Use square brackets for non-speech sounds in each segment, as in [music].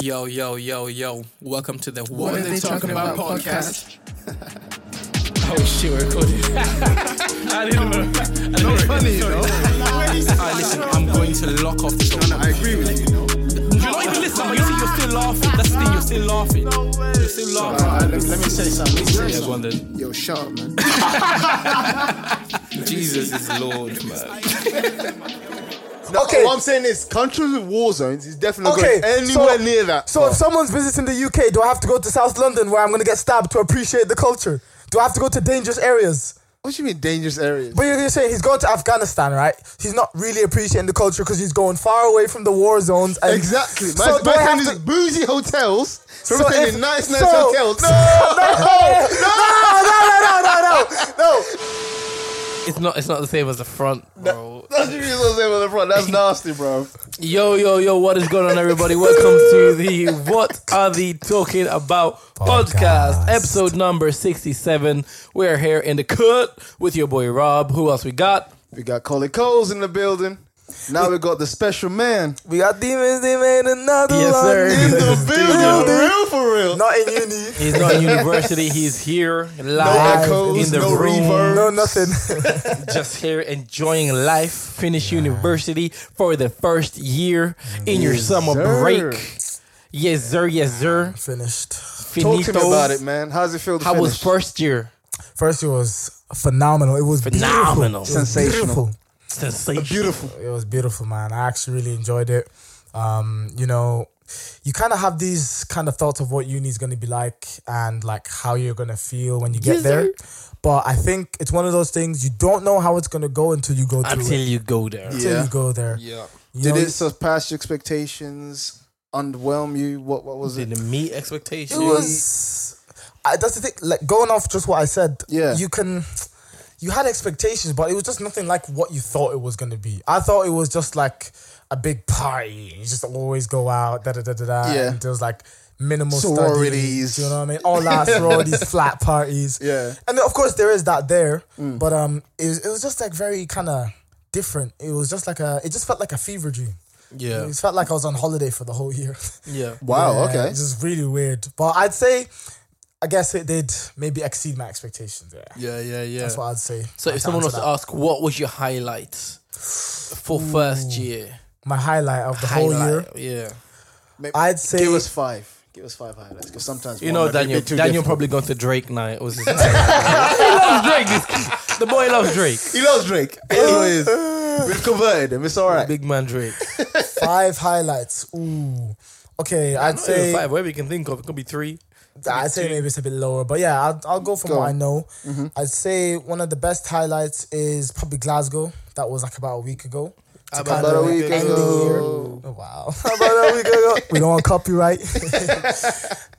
Yo, yo, yo, yo. Welcome to the What, Are They, Talking, About, podcast. oh, shit, we're recording. I didn't know. I didn't know. funny, you know? Alright, listen, I'm going to lock off this. And I agree with you, you know? You're not even listening, but you see, you're still laughing. That's the thing, you're still laughing. You're still laughing. Alright, let, let me say something. Let me say There's one something. then. Yo, shut up, man. Jesus is Lord, man. No, okay. What I'm saying is, countries with war zones is definitely okay. going anywhere so, near that. So if someone's visiting the UK, do I have to go to South London where I'm gonna get stabbed to appreciate the culture? Do I have to go to dangerous areas? what do you mean dangerous areas? But you're gonna say he's going to Afghanistan, right? He's not really appreciating the culture because he's going far away from the war zones. And exactly. My, So do my I friend have is to? boozy hotels. So So I'm saying if- in nice, nice so- [laughs] hotels. so- No, No, no, no, no, no, no, no, It's not, it's not the same as the front, bro. that's the reason I'm saying on the front. That's nasty, bro. Yo, yo, yo, what is going on, everybody? Welcome to the What Are They Talking About podcast, episode number 67. We are here in the cut with your boy Rob. Who else we got? We got Colin Coles in the building. Now we got the special man We got demons. They made another Yes, one. sir. in Yes. the building. For real, for real. [laughs] Not [laughs] in uni. He's not in university, he's here No live echoes, in the no room, reverb. No, nothing. [laughs] just here enjoying life. Finish university for the first year in your summer sir. break. Yes, sir, yes, sir. Finished. Talk to me Finito. about it, man. How's it feel to How finish? was first year? First, it was phenomenal. It was beautiful. Phenomenal. It was Sensational. beautiful. Sensational. Beautiful. it was beautiful, man. I actually really enjoyed it. Um, you know, you kind of have these kind of thoughts of what uni is going to be like and like how you're going to feel when you get Yes, there. But I think it's one of those things you don't know how it's going to go until you go through Until it. you go there. Until Yeah. you go there. Yeah. You Did know, it surpass your expectations? Underwhelm you? What? What was it? Didn't meet expectations. it was. I, that's the thing. Like going off just what I said. Yeah. You can. You had expectations, but it was just nothing like what you thought it was going to be. I thought it was just like a big party. You just always go out, da da da da da. Yeah. And there was like minimal Sororities. Studies, do you know what I mean? All [laughs] that sororities, flat parties. Yeah. Mm. And then, of course there is that there, but um, it was, it was just like very kind of different. It was just like a. It just felt like a fever dream. Yeah. It felt like I was on holiday for the whole year. [laughs] Yeah. Wow. Yeah, Oh, Okay. It's just really weird. But I'd say, I guess it did maybe exceed my expectations. Yeah. Yeah, yeah, yeah. That's what I'd say. so if someone was else to ask, what was your highlight for first year? my highlight of the whole year, Highlight, yeah. I'd say Give us five. Give us five highlights. Because sometimes You one know, might be a Daniel. bit too Daniel difficult. probably gone to Drake night. [laughs] Was [laughs] his he loves Drake. This kid. The boy loves Drake. He loves Drake. [laughs] That's what it is. [laughs] We've converted him. It's all right. Big man Drake. [laughs] five highlights. Ooh. Okay, I'd Say, say five, whatever you can think of. It could be three. I'd say maybe it's a bit lower, but yeah, I'll, I'll go from Go what I on. Mm-hmm. know. I'd say one of the best highlights is probably Glasgow. That was like about a week ago. To About kinda a week end the ago. year. Oh, wow. about a [laughs] week ago. We don't want copyright.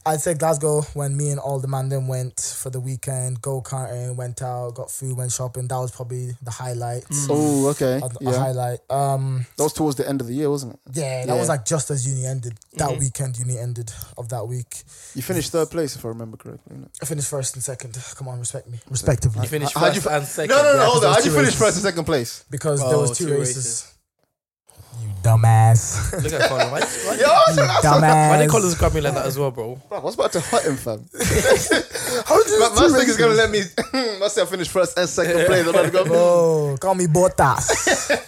I'd say Glasgow when me and all the man then went for the weekend, go karting, went out, got food, went shopping. That was probably the highlight. Mm. Oh, okay. A, a Yeah. highlight. Um, That was towards the end of the year, wasn't it? yeah, that Yeah. was like just as uni ended. That weekend, uni ended of that week. You finished third place, if I remember correctly. innit? I finished first and second. Come on, respect me, respectively. You finished How'd first you- and second. No, no, no. yeah. Hold on. How'd you two finish races. first and second place? because Oh, there was two, two races. You [laughs] dumbass. Look at Colin. Why, [laughs] why, Yo, I was- you I was- dumbass. why they call us Grammy like that as well, bro? I was about to hurt him, [laughs] fam. How did you My do my two thing is gonna races? let me. [laughs] Must say I finished first and [laughs] second place. I'm about to go. Oh, call me Bottas.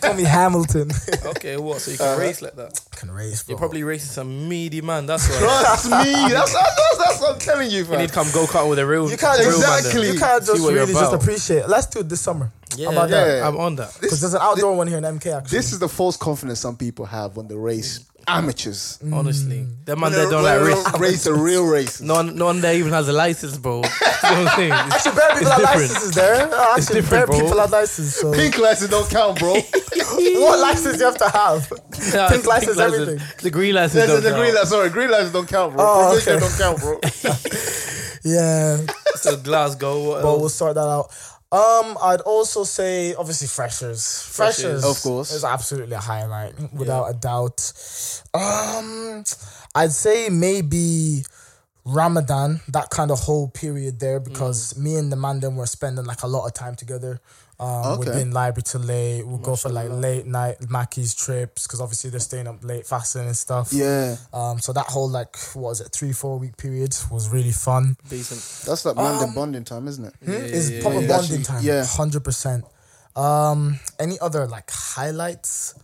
call me Hamilton. Okay, what? So you can Uh-huh. race like that? Can race, bro. Oh. You're probably racing some meaty man. That's why. Trust me. That's, that's, that's what I'm telling you, You fam. need to come go kart with a real. You can't real just- man then. Exactly. you can't See just what you're really just about. appreciate. Let's do it this summer. Yeah, How about yeah, that? I'm on that. Because there's an outdoor one here in MK actually. This is the false confidence some people have when they race amateurs. Honestly, that man When that don't when like race. they race the real races. No one, no one there even has a license, bro. [laughs] You know what I'm saying? It's- actually, bare [laughs] It's people have different. licenses there. Uh, Actually, different, bare bro. people have licenses. [laughs] So Pink license don't count, bro. what license you have to [laughs] have? nah, Pink it's license, everything. The green license. There's Don't a the green count. lights. Sorry, green lights don't count, bro. Oh, Provision okay. don't count, bro. [laughs] Yeah. [laughs] So Glasgow. uh, What but else? we'll sort that out. Um, I'd also say obviously freshers, freshers, Freshers. Of course. is absolutely a highlight without a doubt. Um, I'd say maybe Ramadan, that kind of whole period there, Mm. because me and the man then were spending like a lot of time together. Um, We'd Okay. be in library till late. We'd go for like late night Mackey's trips because obviously they're staying up late fasting and stuff. Yeah, Um, so that whole like what was it three four week period was really fun. Decent. that's like man Um, the bonding time, isn't it? It's yeah, proper yeah. bonding Actually, time. yeah. hundred percent. Um, any other like highlights?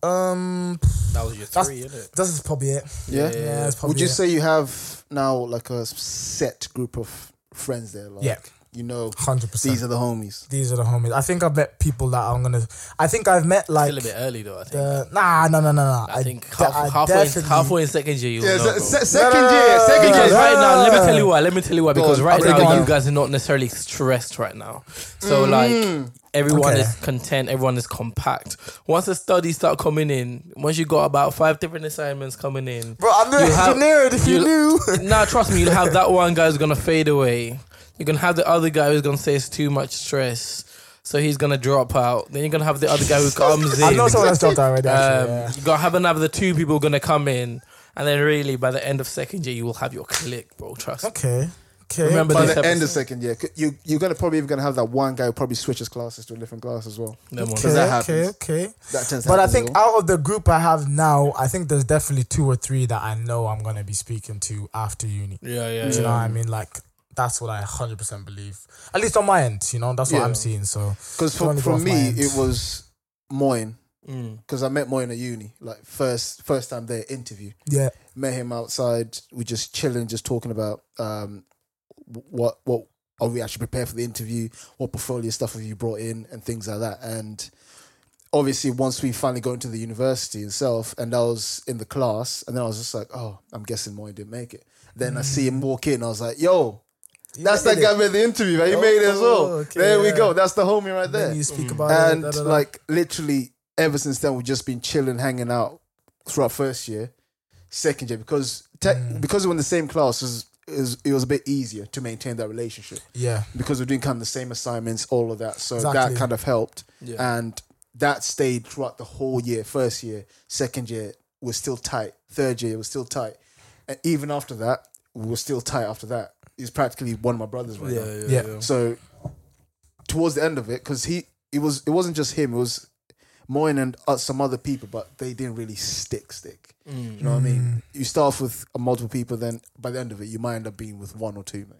Um, That was your That's- three, isn't it? this is probably it. Yeah. Yeah, that's probably Would you it. say you have now like a set group of friends there? Like, Yeah. You know, hundred percent? these are the homies. These are the homies. I think I've met people that I'm gonna. I think I've met like Still a bit early though. I think. the nah no no no no. I think de- half, I halfway, in, definitely- halfway in second year, you will know. bro. second no, year, no, second no, Because year. right now, let me Yeah. tell you why. Let me tell you why. Because on, right okay, Ah. go now, you on. guys are not necessarily stressed right now. So like, everyone Mm. Okay. is content. Everyone is compact. Once the studies start coming in, once you got about five different assignments coming in, Bro, I'm the You have- engineer. If you, you- [laughs] knew, nah, trust me, you'll have that one guy who's gonna fade away. You're gonna have the other guy who's gonna say it's too much stress, so he's gonna drop out. Then you're gonna have the other [laughs] guy who comes in. I know someone that's dropped out already. Um, Actually, yeah. You got have another two people gonna come in, and then really by the end of second year, you will have your click, bro. Trust. me. Okay, okay. Remember By this the episode. end of second year, c- you you're gonna probably gonna have that one guy who probably switches classes to a different class as well. Them ones. Okay, that okay, happens. okay. That tends. To But I happen as think well. out of the group I have now, I think there's definitely two or three that I know I'm gonna be speaking to after uni. Yeah, yeah, Do you know what I Mm. mean? Like that's what I 100% believe. At least on my end, you know, that's what Yeah. I'm seeing. So because Don't for, wanna go for off my me end. it was Moyne Mm. because I met Moyne at uni like first first time there interview yeah, met him outside we just chilling just talking about um wh- what what are we actually prepared for the interview what portfolio stuff have you brought in and things like that and obviously once we finally got into the university itself and I was in the class and then I was just like oh I'm guessing Moyne didn't make it then I see him walk in I was like yo that's made that guy made the interview man. he made it as well Oh, okay, there we yeah. go that's the homie right there Mm. then you speak about and it, da, da, da. like literally ever since then we've just been chilling hanging out throughout first year second year because te- Hmm. because we were in the same class it was, it was it was a bit easier to maintain that relationship yeah, because we're doing kind of the same assignments all of that so Exactly. that kind of helped uh, Yeah. and that stayed throughout the whole year first year second year was still tight third year was still tight and even after that we were still tight after that he's practically one of my brothers right now Yeah. so towards the end of it, because he it was it wasn't just him, it was Moyne and uh, some other people, but they didn't really stick stick. Mm. You know what I mean? You start off with uh, multiple people, then by the end of it, you might end up being with one or two. Man.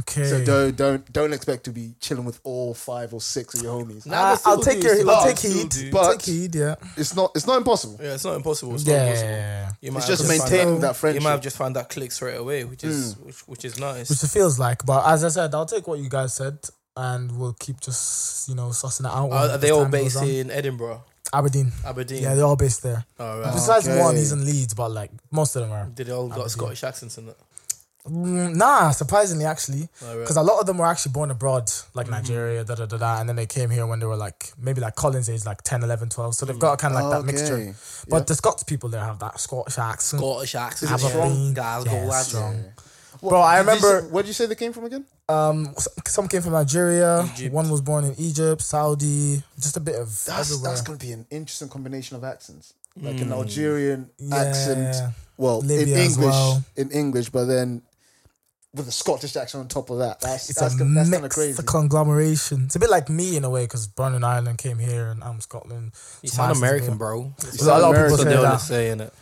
okay. So don't don't don't expect to be chilling with all five or six of your homies. Nah. I, still I'll take do, your, still I'll do, take still heed, do. But- take heed, yeah, It's not it's not impossible. Yeah, it's not impossible. It's not impossible. yeah. You might It's have just found maintaining out- that You might have friendship. just found that click straight away, which is which, which is nice. Hmm. Which it feels like, but as I said, I'll take what you guys said, and we'll keep just you know sussing it out. Are, when are they the all time goes based on. in Edinburgh, Aberdeen? Aberdeen? Yeah, they're all based there. all right. Besides Ah, Okay. one, he's in Leeds, but like most of them are. Did they all got Aberdeen. Scottish accents in it? Mm, nah, surprisingly, actually, Oh, All right. because a lot of them were actually born abroad, like Nigeria, da da da da, and then they came here when they were like maybe like Collins age, like 10, 11, 12. So they've got kind of like that mixture. Okay. But the Scots people there have that Scottish accent. Scottish accent, Aberdeen. strong guys, Yeah, go lads. strong. What- Bro, I did you say- remember- where did you say they came from again? Um, s- some came from Nigeria. Egypt. One was born in Egypt, Saudi, just a bit of That's everywhere. Hmm. that's gonna be an interesting combination of accents, like an Algerian Yeah. accent. Well, Libya in as English, well. in English, but then with a Scottish accent on top of that. That's It's that's, a gonna, that's mix, kind of crazy. a conglomeration. It's a bit like me in a way because born in Ireland, came here, and I'm Scotland. You So sound mine's- American, bro. Well, a lot of people so say they that. always say in it.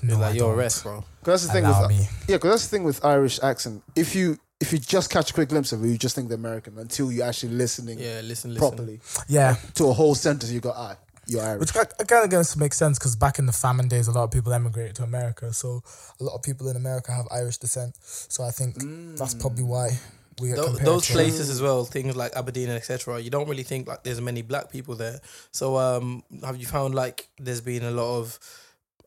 No, like I you're a don't. rest, bro. 'Cause that's the thing with Allow me. yeah, because that's the thing with Irish accent. If you if you just catch a quick glimpse of it, you just think they're American until you're actually listening Yeah, listen, listen. properly [laughs] Yeah, to a whole sentence. You go, ah, you're Irish. Which kind of goes to make sense because back in the famine days, a lot of people emigrated to America. So a lot of people in America have Irish descent. So I think that's probably why we get Mm. Tho- compared those to places as well, things like Aberdeen and etc. You don't really think like there's many black people there. So um, have you found like there's been a lot of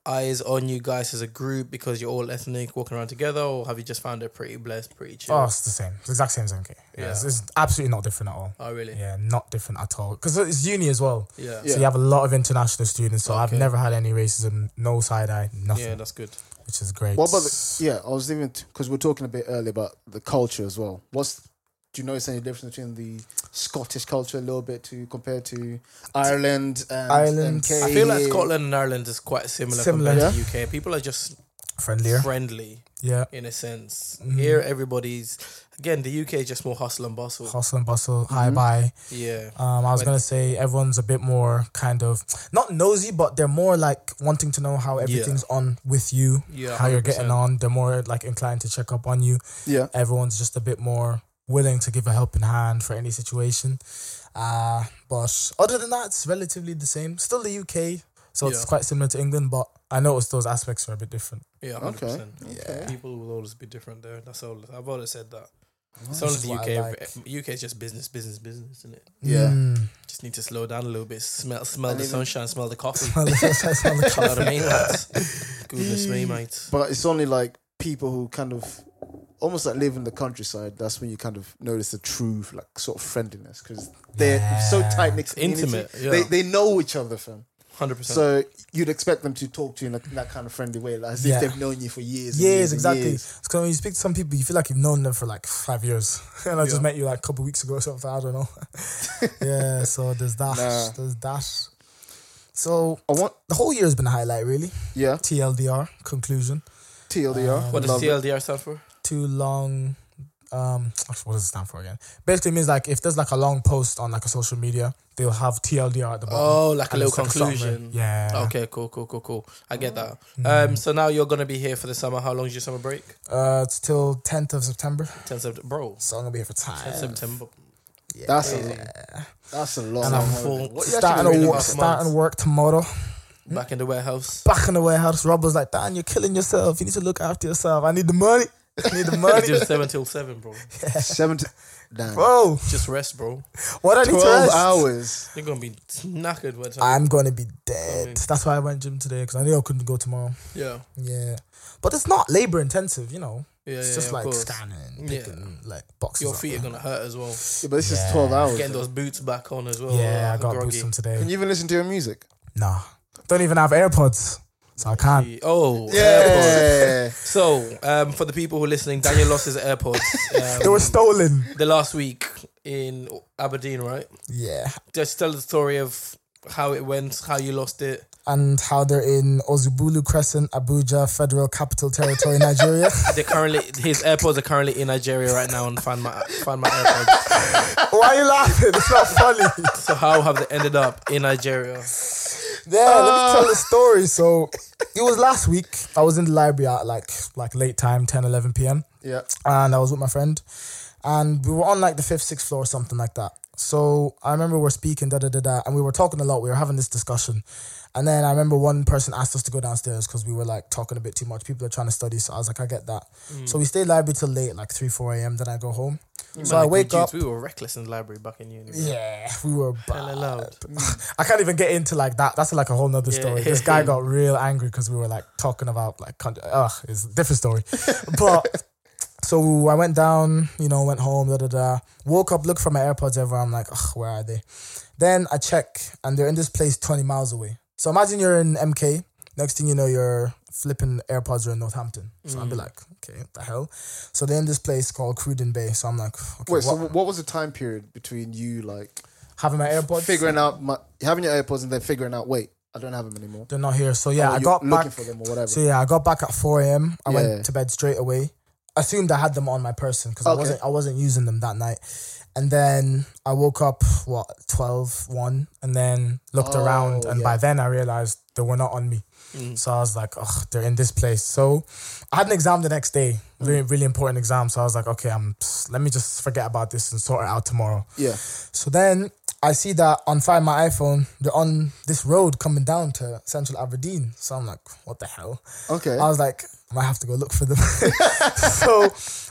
eyes on you guys as a group because you're all ethnic walking around together, or have you just found it pretty blessed, pretty chill? Oh, Oh, it's the same. It's the exact same as MK. Yeah, Yeah. Oh, It's, it's absolutely not different at all. really? Yeah, not different at all. Because it's uni as well. Yeah. Yeah. So you have a lot of international students. So I've Okay. never had any racism, no side eye, nothing, Yeah, that's good. which is great. What about the, yeah? I was even because we're talking a bit earlier about the culture as well. What's do you notice any difference between the Scottish culture a little bit to compared to Ireland and Ireland. and I I feel KA? like Scotland and Ireland is quite similar, Similar. compared to UK. People are just friendlier. friendly Yeah. in a sense. Mm-hmm. Here, everybody's again. The UK is just more hustle and bustle. Hustle and bustle, Mm-hmm. high bye. Yeah, Um, I was But- gonna say everyone's a bit more kind of not nosy, but they're more like wanting to know how everything's on with you, Yeah, how you're getting 100%. on. They're more like inclined to check up on you. Yeah. Everyone's just a bit more willing to give a helping hand for any situation. Uh, but other than that, it's relatively the same. Still the UK, so it's Yeah. quite similar to England, but I noticed those aspects are a bit different. yeah, hundred Okay. percent. Yeah. People will always be different there. That's all. I've always said that. It's Which only is the what I UK. like. UK is just business, business, business, isn't it? Yeah. Mm. Just need to slow down a little bit. Smell, smell And the even- sunshine. Smell the [laughs] coffee. [laughs] Well, that's on the you know what I mean, lads? Goodness me, mate. But it's only like people who kind of almost like live in the countryside. That's when you kind of notice the true like sort of friendliness because they're so Yeah. tight knit, intimate, yeah. They they know each other, fam. Hundred percent. So you'd expect them to talk to you in, a, that kind of friendly way, like as Yeah. if they've known you for years. and Years, and exactly. years. Because when you speak to some people, you feel like you've known them for like five years, [laughs] and I Yeah. just met you like a couple weeks ago or something. I don't know. [laughs] yeah, so there's that. Nah. There's that. So I want the whole year has been a highlight, really. yeah TLDR conclusion: Uh, TLDR. What does Love it. TLDR stand for? too long. Um, what does it stand for again? Basically means like if there's like a long post on like a social media, they'll have TLDR at the bottom. Oh, like a And little it's like a summary. conclusion. yeah. Mm-hmm. Mm. Okay, cool, cool, cool, cool. I get that. Um, so now you're gonna be here for the summer. How long is your summer break? Uh, it's till 10th of September, Ten September, bro. so I'm gonna be here for Ten time. September. That's a that's a lot. And of I'm holiday. full. What you actually Starting really to really about work, want? [laughs] starting work tomorrow. Back in the warehouse. [laughs] back in the warehouse. Robbers like, Dan, you're killing yourself. You need to look after yourself. I need the money. [laughs] I need the I money. do seven till seven, bro. seven. to- Damn. Bro, Just rest, bro. what I need to Twelve rest? hours. You're gonna be knackered by the time. I'm gonna be dead. That's why I went gym today because I knew I couldn't go tomorrow. Yeah, Yeah, but it's not labor intensive, you know. yeah, It's yeah. just of like course. scanning, Yeah. picking like boxes. Your up. feet are gonna hurt as well. Yeah, but this Yeah. is twelve hours. Getting those boots back on as well. Yeah, I uh, got groggy. boots from Can today. you even listen to your music? Nah, don't even have AirPods, so I can't. Oh, AirPods. Yeah. So, um, for the people who are listening, Daniel lost his [laughs] AirPods They um, were stolen. the last week in Aberdeen, right? Yeah, Just tell the story of how it went, how you lost it. and how they're in Ozubulu Crescent, Abuja, Federal Capital [laughs] Territory, Nigeria. They're currently his AirPods are currently in Nigeria right now and find my find my AirPods. Why are you laughing? It's not funny. So how have they ended up in Nigeria? Yeah, let Uh. me tell the [laughs] story. So it was last week. I was in the library at like like late time, 10, 11 p.m. [laughs] yeah. And I was with my friend. And we were on like the fifth, sixth floor or something like that. So I remember we're speaking, da da da da, and we were talking a lot. We were having this discussion. And then I remember one person asked us to go downstairs because we were like talking a bit too much. People are trying to study. So I was like, I get that. Mm. So we stayed library till late, like 3, 4 a.m. Then I go home. so I Like, wake dudes, up. We were reckless in the library back in uni. Yeah, we were Hella bad. loud. I can't even get into like that. That's like a whole nother story. This [laughs] guy got real angry because we were like talking about like, con- ugh, it's a different story. [laughs] But so I went down, you know, went home, da da da. Woke up, looked for my AirPods everywhere. I'm like, ugh, where are they? Then I check and they're in this place 20 miles away. So imagine you're in MK. Next thing you know, you're flipping AirPods are in Northampton. So Mm. I'd be like, okay, what the hell? So they're in this place called Cruden Bay. So I'm like, okay, Wait. So, what- what was the time period between you like having my AirPods. figuring out my having your AirPods and then figuring out? Wait, I don't have them anymore. they're not here. So yeah, Or I you got Oh, looking back. for them or whatever. So yeah, I got back at four a.m. I Yeah. went to bed straight away. Assumed I had them on my person because I Okay. wasn't I wasn't using them that night. And then I woke up what 12, 1, and then looked Oh, around, and yeah. Mm. by then I realized they were not on me. So I was like, oh, they're in this place. So I had an exam the next day, really, Mm. really important exam. So I was like, okay, I'm let me just forget about this and sort it out tomorrow. yeah. So then I see that on Find My iPhone, they're on this road coming down to Central Aberdeen. So I'm like, what the hell? Okay. I was like, I might have to go look for them. [laughs] so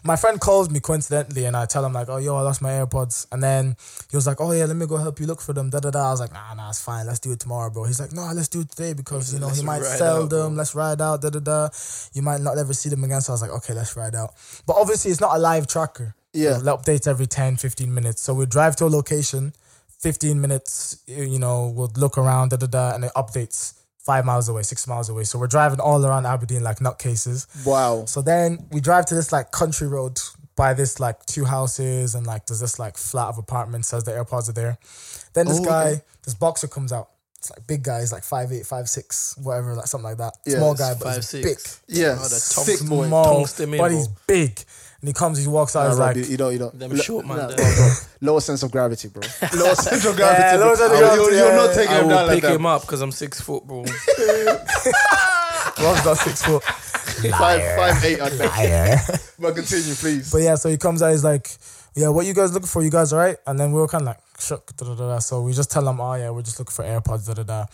my friend calls me coincidentally and I tell him like, oh yo, I lost my AirPods. And then he was like, Oh yeah, let me go help you look for them. Da da da. I was like, nah, nah, it's fine. Let's do it tomorrow, bro. He's like, No, let's do it today because you know Let's he might ride sell out, them, bro. let's ride out, da da da. You might not ever see them again. So I was like, okay, let's ride out. But obviously it's not a live tracker. Yeah. It updates every 10, 15 minutes. So we drive to a location, 15 minutes, you you know, we'll look around, da da da, and it updates five miles away, six miles away. So we're driving all around Aberdeen like nutcases. wow. So then we drive to this like country road by this like two houses and like there's this like flat of apartments says the AirPods are there. Then this Oh, guy, okay. this boxer comes out. It's like big guys, like five eight, five six, whatever, like something like that. Yeah, Small it's guy, but Five he's six. big. Yeah, Oh, the sick tongs- boy. Nah, Small, Tungsten but Mabel. he's big. And he comes, he walks out, he's Rob, like, you, you don't, you don't. Them Lo- short man nah, there. bro, bro. Lower sense of gravity, [laughs] bro. Lower sense of gravity. Yeah, bro. lower sense of I- gravity, you're, you're yeah. not taking I him down will like pick that. him up because I'm six foot, [laughs] bro. Rob's got six foot. Five, five, [laughs] eight. I'd bet. Liar. But continue, please. But yeah, so he comes out, he's like, yeah, what you guys looking for? You guys all right? And then we were kind of like, shook, da da da da. So we just tell him, oh yeah, we're just looking for AirPods, da da da.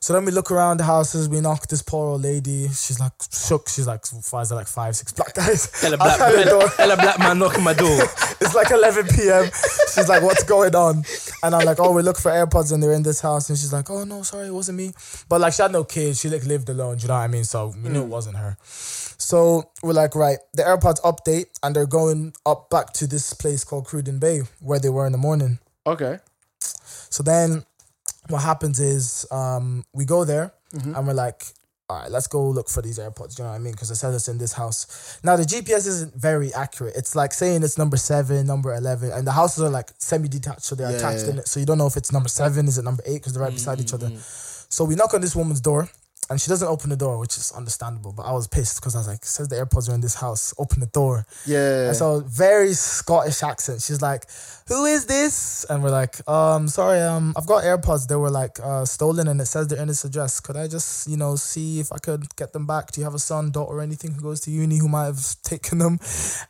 So then we look around the houses, we knock this poor old lady. She's like, shook. She's like, why is there like five, six black guys? [laughs] Hella black, outside the hella, door? hella black man knocking my [laughs] door. It's like 11 p.m. She's like, what's going on? And I'm like, oh, we look for AirPods and they're in this house. And she's like, oh, no, sorry, it wasn't me. But like, she had no kids. She like lived alone. Do you know what I mean? So we knew it wasn't her. So we're like, right, the AirPods update and they're going up back to this place called Cruden Bay where they were in the morning. Okay. So then what happens is um, we go there Mm-hmm. and we're like, all right, let's go look for these AirPods. You know what I mean? Because it says it's in this house. Now, the GPS isn't very accurate. It's like saying it's number seven, number 11, and the houses are like semi detached, so they're Yeah, attached yeah. in it. So you don't know if it's number seven, is it number eight? Because they're right beside each other. Mm-hmm. So we knock on this woman's door. And she doesn't open the door, which is understandable. But I was pissed because I was like, says the AirPods are in this house. Open the door. Yeah. [laughs] And so very Scottish accent. She's like, "Who is this?" And we're like, "Um, sorry, um, I've got AirPods. They were like uh, stolen, and it says they're in this address. Could I just, you know, see if I could get them back? Do you have a son, daughter, or anything who goes to uni who might have taken them?"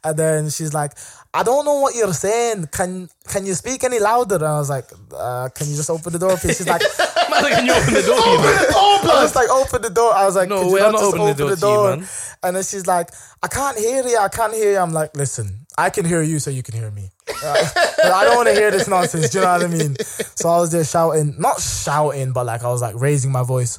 And then she's like, "I don't know what you're saying. Can can you speak any louder?" And I was like, uh, "Can you just open the door, please?" She's like, Man, can you open the door? you know? Oh, I was like, open the door. I was like, No no, could you way, not I'm not just opening the open door the to you, door? man. and then she's like, I can't hear you. I can't hear you. I'm like, listen, I can hear you, so you can hear me. Uh, I don't want to hear this nonsense. Do you know what I mean? So I was there shouting, not shouting, but like I was like raising my voice.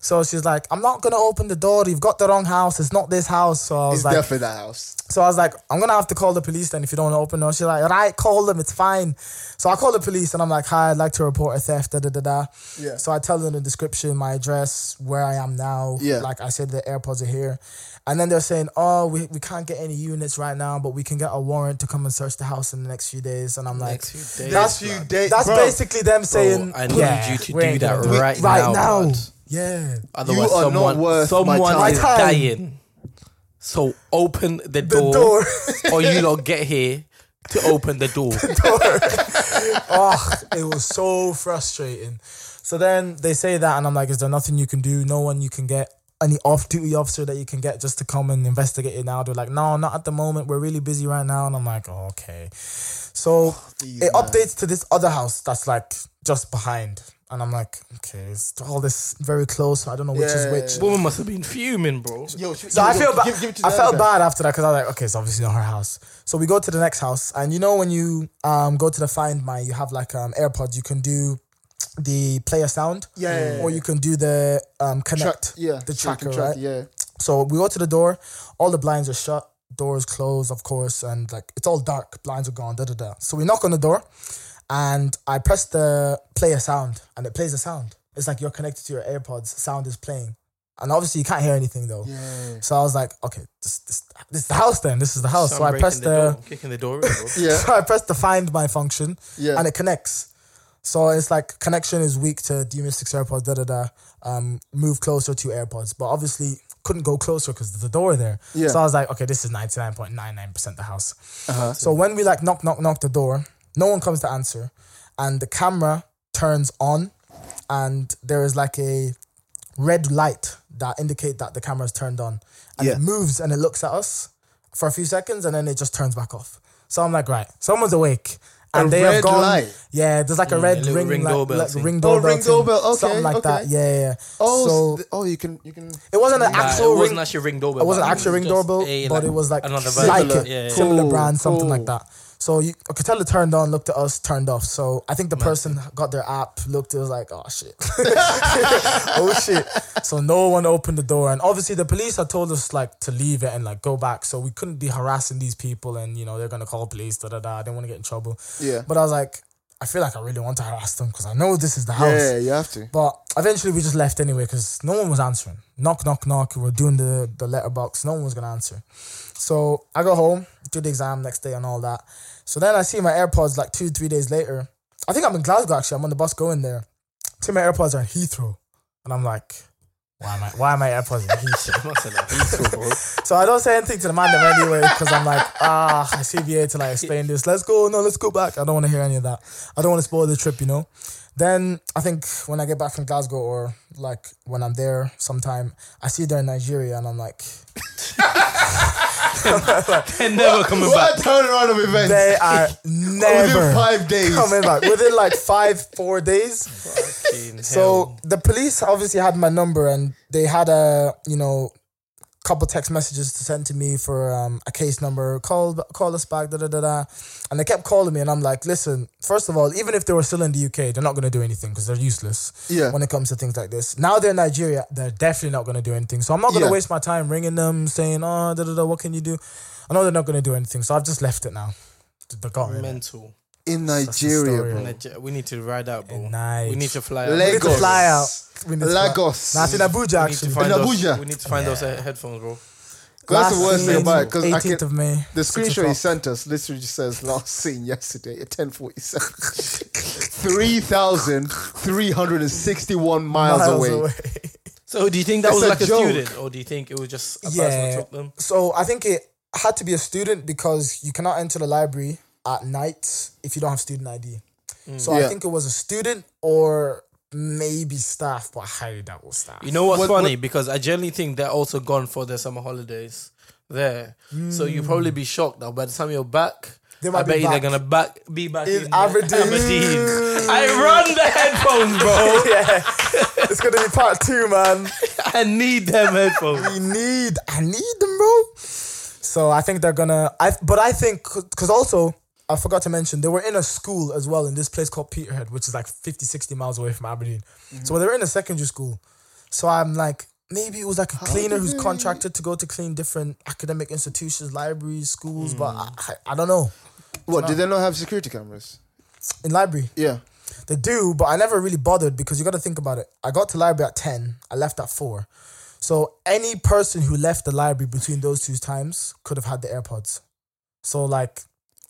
So she's like, I'm not gonna open the door. You've got the wrong house. It's not this house. So I was It's like, definitely that house. so I was like, I'm gonna have to call the police then if you don't want to open. No, she's like, right, call them, it's fine. So I call the police and I'm like, hi, I'd like to report a theft, da da da da. Yeah. So I tell them the description, my address, where I am now. Yeah. Like I said, the AirPods are here, and then they're saying, oh, we, we can't get any units right now, but we can get a warrant to come and search the house in the next few days. And I'm like, Next few days, That's man. you, Dave. that's bro, basically them saying, I need "Yeah, you to we do ain't that gonna do it right now, bud. Yeah. Otherwise, You are not someone, worth my someone time. is My time. dying. So open the The door, door. or you lot get here to open the door. oh, it was so frustrating. So then they say that, and I'm like, is there nothing you can do? No one you can get any off-duty officer that you can get just to come and investigate it now. They're like, no, not at the moment. We're really busy right now, and I'm like, oh, okay. So Oh, these it man. updates to this other house that's like just behind, and I'm like, okay, it's all this very close. I don't know which Yeah. is which. Woman must have been fuming, bro. Yo, should- So yo, I yo, feel bad. give- give it to I the felt other guy. bad after that because I was like, okay, it's obviously not her house. So we go to the next house, and you know when you um go to the Find My, you have like um AirPods. You can do the player sound, Yeah, yeah, yeah, or you can do the um Track, connect, yeah, the so you can tracker, track, right? Yeah, So we go to the door, all the blinds are shut, doors closed, of course, and like it's all dark, blinds are gone, da da da. So we knock on the door and I press the play a sound and it plays a sound. It's like you're connected to your AirPods, sound is playing. And obviously you can't hear anything though. yeah, So I was like, okay, this, this, this is the house then. This is the house. Son Oh, so I breaking pressed the, door, kicking the door. in, [laughs] bro. yeah, [laughs] so I pressed the find my function yeah. and it connects. So it's like connection is weak to Demystic's AirPods, da da da. Um, move closer to AirPods, but obviously couldn't go closer because there's a door there. Yeah. So I was like, okay, this is ninety nine point nine nine percent the house. Uh-huh. So when we like knock knock knock the door, no one comes to answer, and the camera turns on, and there is like a red light that indicate that the camera is turned on, and Yeah. it moves and it looks at us for a few seconds, and then it just turns back off. So I'm like, right, someone's awake. And A they red have gone. light? Yeah, there's like a red Mm, little ring, ring like, doorbell like thing. ring Oh, doorbell. ring thing, doorbell, okay, something like that. okay. Yeah, yeah, yeah. Oh, so so, oh, you can, you [laughs] can. it wasn't an Nah, actual it ring. wasn't actually a ring doorbell. It wasn't but actual ring just doorbel, a, but it was like another version. like it, Yeah, yeah. similar Cool, brand, something like cool. that. So you I could tell it turned on, looked at us, turned off. So I think the person got their app, looked, it was like, oh shit, [laughs] oh shit. So no one opened the door, and obviously the police had told us like to leave it and like go back, so we couldn't be harassing these people, and you know they're gonna call police, da da da. I didn't want to get in trouble. Yeah, But I was like, I feel like I really want to harass them because I know this is the house. yeah, you have to. But eventually we just left anyway because no one was answering. Knock, knock, knock. We were doing the, the letterbox. No one was going to answer. So I go home, do the exam next day and all that. So then I see my AirPods like two, three days later. I think I'm in Glasgow actually. I'm on the bus going there. Tim, my AirPods are in Heathrow. And I'm like, why am I, why am I AirPods in Heathrow? I'm not saying that. He's so broke. So I don't say anything to the man them anyway because I'm like, ah, I see VA till I explain this. Let's go. No, let's go back. I don't want to hear any of that. I don't want to spoil the trip, you know. Then I think when I get back from Glasgow or like when I'm there sometime, I see they're in Nigeria and I'm like, They're never coming What back. a turnaround of events. they [laughs] are Within never five days. coming back. Within like five, four days, So the police obviously had my number and they had a you know couple text messages to send to me for um, a case number call call us back da da da da and they kept calling me and I'm like listen first of all even if they were still in the UK they're not going to do anything because they're useless Yeah. when it comes to things like this now they're in Nigeria they're definitely not going to do anything so I'm not going to Yeah. waste my time ringing them saying oh da da da what can you do I know they're not going to do anything so I've just left it now they're gone mental. in story. Nigeria, bro. Niger- We need to ride out, bro. Nice. We need to fly out. Lagos. need to fly out. We need to fly- Lagos. Nah, it's in Abuja We need to actually find In us- Abuja. We need to find those uh, headphones, bro. That's the Last worst thing seen about it because I 18th can. of May. The six screenshot he o'clock. sent us literally just says last seen yesterday at [laughs] 1047. 3,361 miles, away. [laughs] So, do you think that It's was a like joke. a student, or do you think it was just a person Yeah. that took them? So I think it had to be a student because you cannot enter the library at night if you don't have student ID. Mm. So Yeah. I think it was a student or maybe staff, but I highly doubt staff. You know what's What- funny? Because I generally think they're also gone for their summer holidays there. So you'll probably be shocked that by the time you're back, They I might bet be you they're back. gonna back be back in, In uh, Aberdeen. [laughs] I run the headphones, bro. [laughs] yeah, it's gonna be part two, man. I need them headphones. We need, I need them, bro. So I think they're gonna. I but I think because also I forgot to mention they were in a school as well in this place called Peterhead, which is like 50, 60 miles away from Aberdeen. So they were in a secondary school. So I'm like, maybe it was like a cleaner who's contracted to go to clean different academic institutions, libraries, schools, but I, I, I don't know. What, did they not have security cameras? In library, Yeah. they do, but I never really bothered because you got to think about it. I got to library at 10, I left at 4. So any person who left the library between those two times could have had the AirPods. So, like,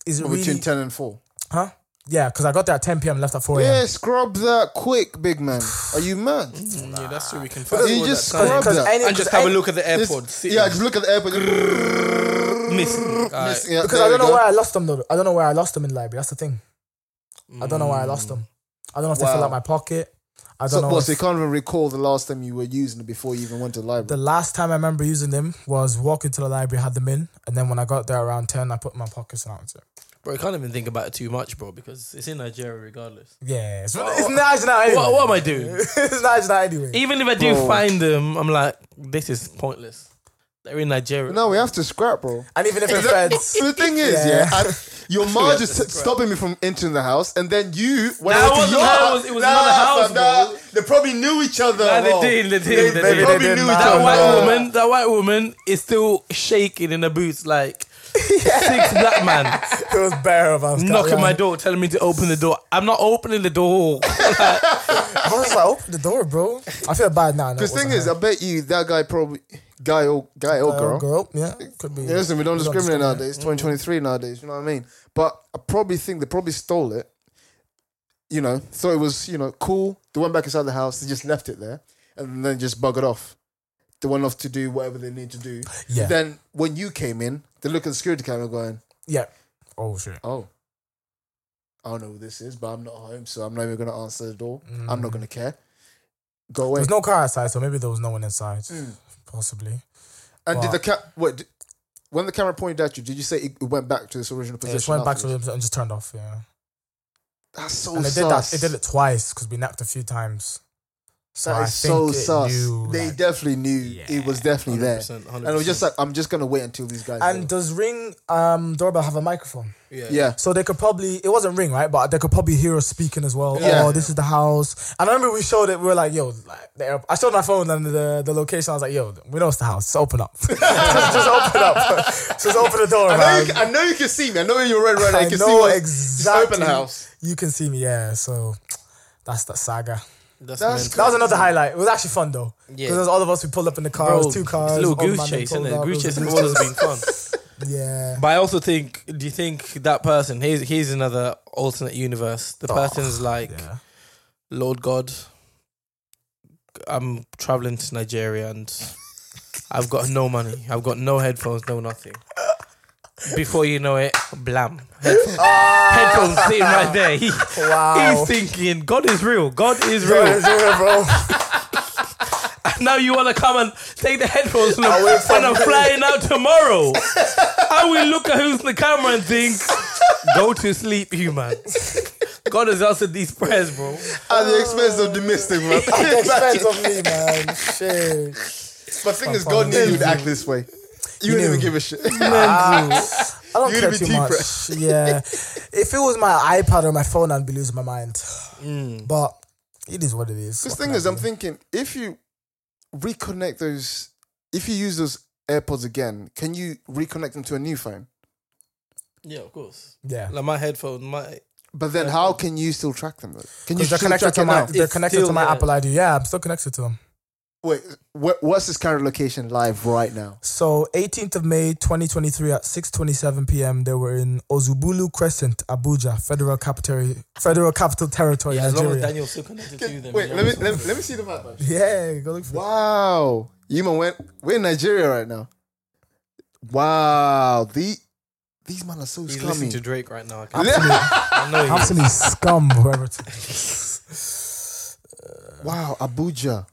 is it really. Between 10 and 4. huh? Yeah, because I got there at 10 p.m., left at 4 Yeah, a.m. scrub that quick, big man. Are you mad? Yeah, that's true. We can You fast forward just that time. scrub- Because that. any- and just because have a any- look at the This- airport. see- yeah, just look at the airport. miss. Alright. Miss- yeah, Because there I we don't know go. where I lost them though. I don't know where I lost them in the library. That's the thing. I don't know where I lost them. I don't know if they fell Mm. Wow. out my pocket. I don't So, know. what, if- so you can't even recall the last time you were using it before you even went to the library. the last time I remember using them was walking to the library, had them in, and then when I got there around ten, I put them in my pockets and out. was it. Bro, you can't even think about it too much, bro, because it's in Nigeria regardless. Yeah, it's, it's nice now anyway. What, what am I doing? [laughs] it's nice now anyway. Even if I do Bro. find them, I'm like, this is pointless. They're in Nigeria. no, we have to scrap, bro. And even if it That- feds, the thing is, Yeah. yeah, I, your [laughs] mom have just to t- stopping me from entering the house, and then you. When Nah, I went it to wasn't your her, it house- was- it was another house, bro. They probably knew each other. Nah, they bro. didn't, they didn't, they They, didn't. probably They knew didn't, each nah. that other. white woman, that white woman is still shaking in her boots like [laughs] six black man it was bare of us. knocking my door. door, telling me to open the door. I'm not opening the door. I was like, open the door, bro. I feel bad now. The thing is, I bet you that guy probably guy or guy or girl. Uh, girl, yeah, could be. Yeah, listen, we don't discriminate nowadays. Twenty twenty three nowadays. You know what I mean? But I probably think they probably stole it. You know, thought it was you know cool. They went back inside the house. They just left it there, and then just buggered off. They went off to do whatever they need to do. Yeah. Then when you came in, they look at the security camera going, Yeah. Oh shit. "Oh, I don't know who this is, but I'm not home, so I'm not even going to answer the door. I'm Mm. not going to care. Go away." There's no car outside, so maybe there was no one inside. Mm. Possibly. and did Wow. the cat? What? Did, when the camera pointed at you, did you say it went back to its original It position? just went back to afterwards? the and just turned off. Yeah. That's so and they did that. sus. They did it twice because we napped a few times. So That I is so think it sus. knew, they like- definitely knew it was definitely there, 100%, and it was just like, I'm just gonna wait until these guys. And uh, go. does Ring um, doorbell have a microphone? yeah, So they could probably it wasn't Ring right, but they could probably hear us speaking as well. Yeah. Oh, this is the house. And I remember we showed it. We were like, "Yo," like, the air- I showed my phone and the, the location. I was like, "Yo, we know it's the house. Just open up. [laughs] just, just open up. [laughs] just open the door, I know, you, man." can- I know you can see me. I know you're red right now. I You can know see me. exactly. Just open house. You can see me, yeah. So that's that saga. That's, That's mental. That was another highlight. It was actually fun though. Because Yeah. it was all of us. We pulled up in the car. Bro, it was two cars. It's a little old goose man, they chase, isn't pulled it? up, Goose it was chase a has goose always chase. been fun. Yeah. [laughs] But I also think, do you think that person? Here's here's another alternate universe. The person's like Yeah. Lord God, I'm traveling to Nigeria and I've got no money. I've got no headphones, no nothing. Before you know it, blam. Headphones, headphones sitting right there. He, Wow. He's thinking, God is real. God is Bro, real. [laughs] bro. now you want to come and take the headphones [laughs] and I'm, will and I'm flying out tomorrow. I will look at who's in the camera and think, go to sleep, human. God has answered these prayers, bro. At the expense of the mystic, [laughs] man. Expense of me, man. Shit. but thing is, God knew you'd act this way. You didn't even knew. give a [laughs] shit. [laughs] I don't You'd care be too deep much. Yeah. if it was my iPad or my phone, I'd be losing my mind. But it is what it is. Because Mm. What thing can I is, I'm do? thinking if you reconnect those, if you use those AirPods again, can you reconnect them to a new phone? Yeah, of course. Yeah. Like my headphone, my But then, how can you still track them? Though? Can you Because they're still connected track to it my, now? they're It's connected still to my there. Apple ID. Yeah, I'm still connected to them. Wait, Wh- What's this current location live right now? So 18th of May 2023 at 6:27 p.m. they were in Ozubulu Crescent, Abuja, Federal Capital Federal Capital Territory, Yeah, as long as Nigeria. Daniel's still connected to them. wait, you know, let me so- let, me- let me see the map. man. Yeah, go look for Wow, you man went. We're in Nigeria right now. Wow, the these man are so He's scummy. listening to Drake right now. I, can, absolute, [laughs] I know he is. absolute scum whoever. T- wow, Abuja.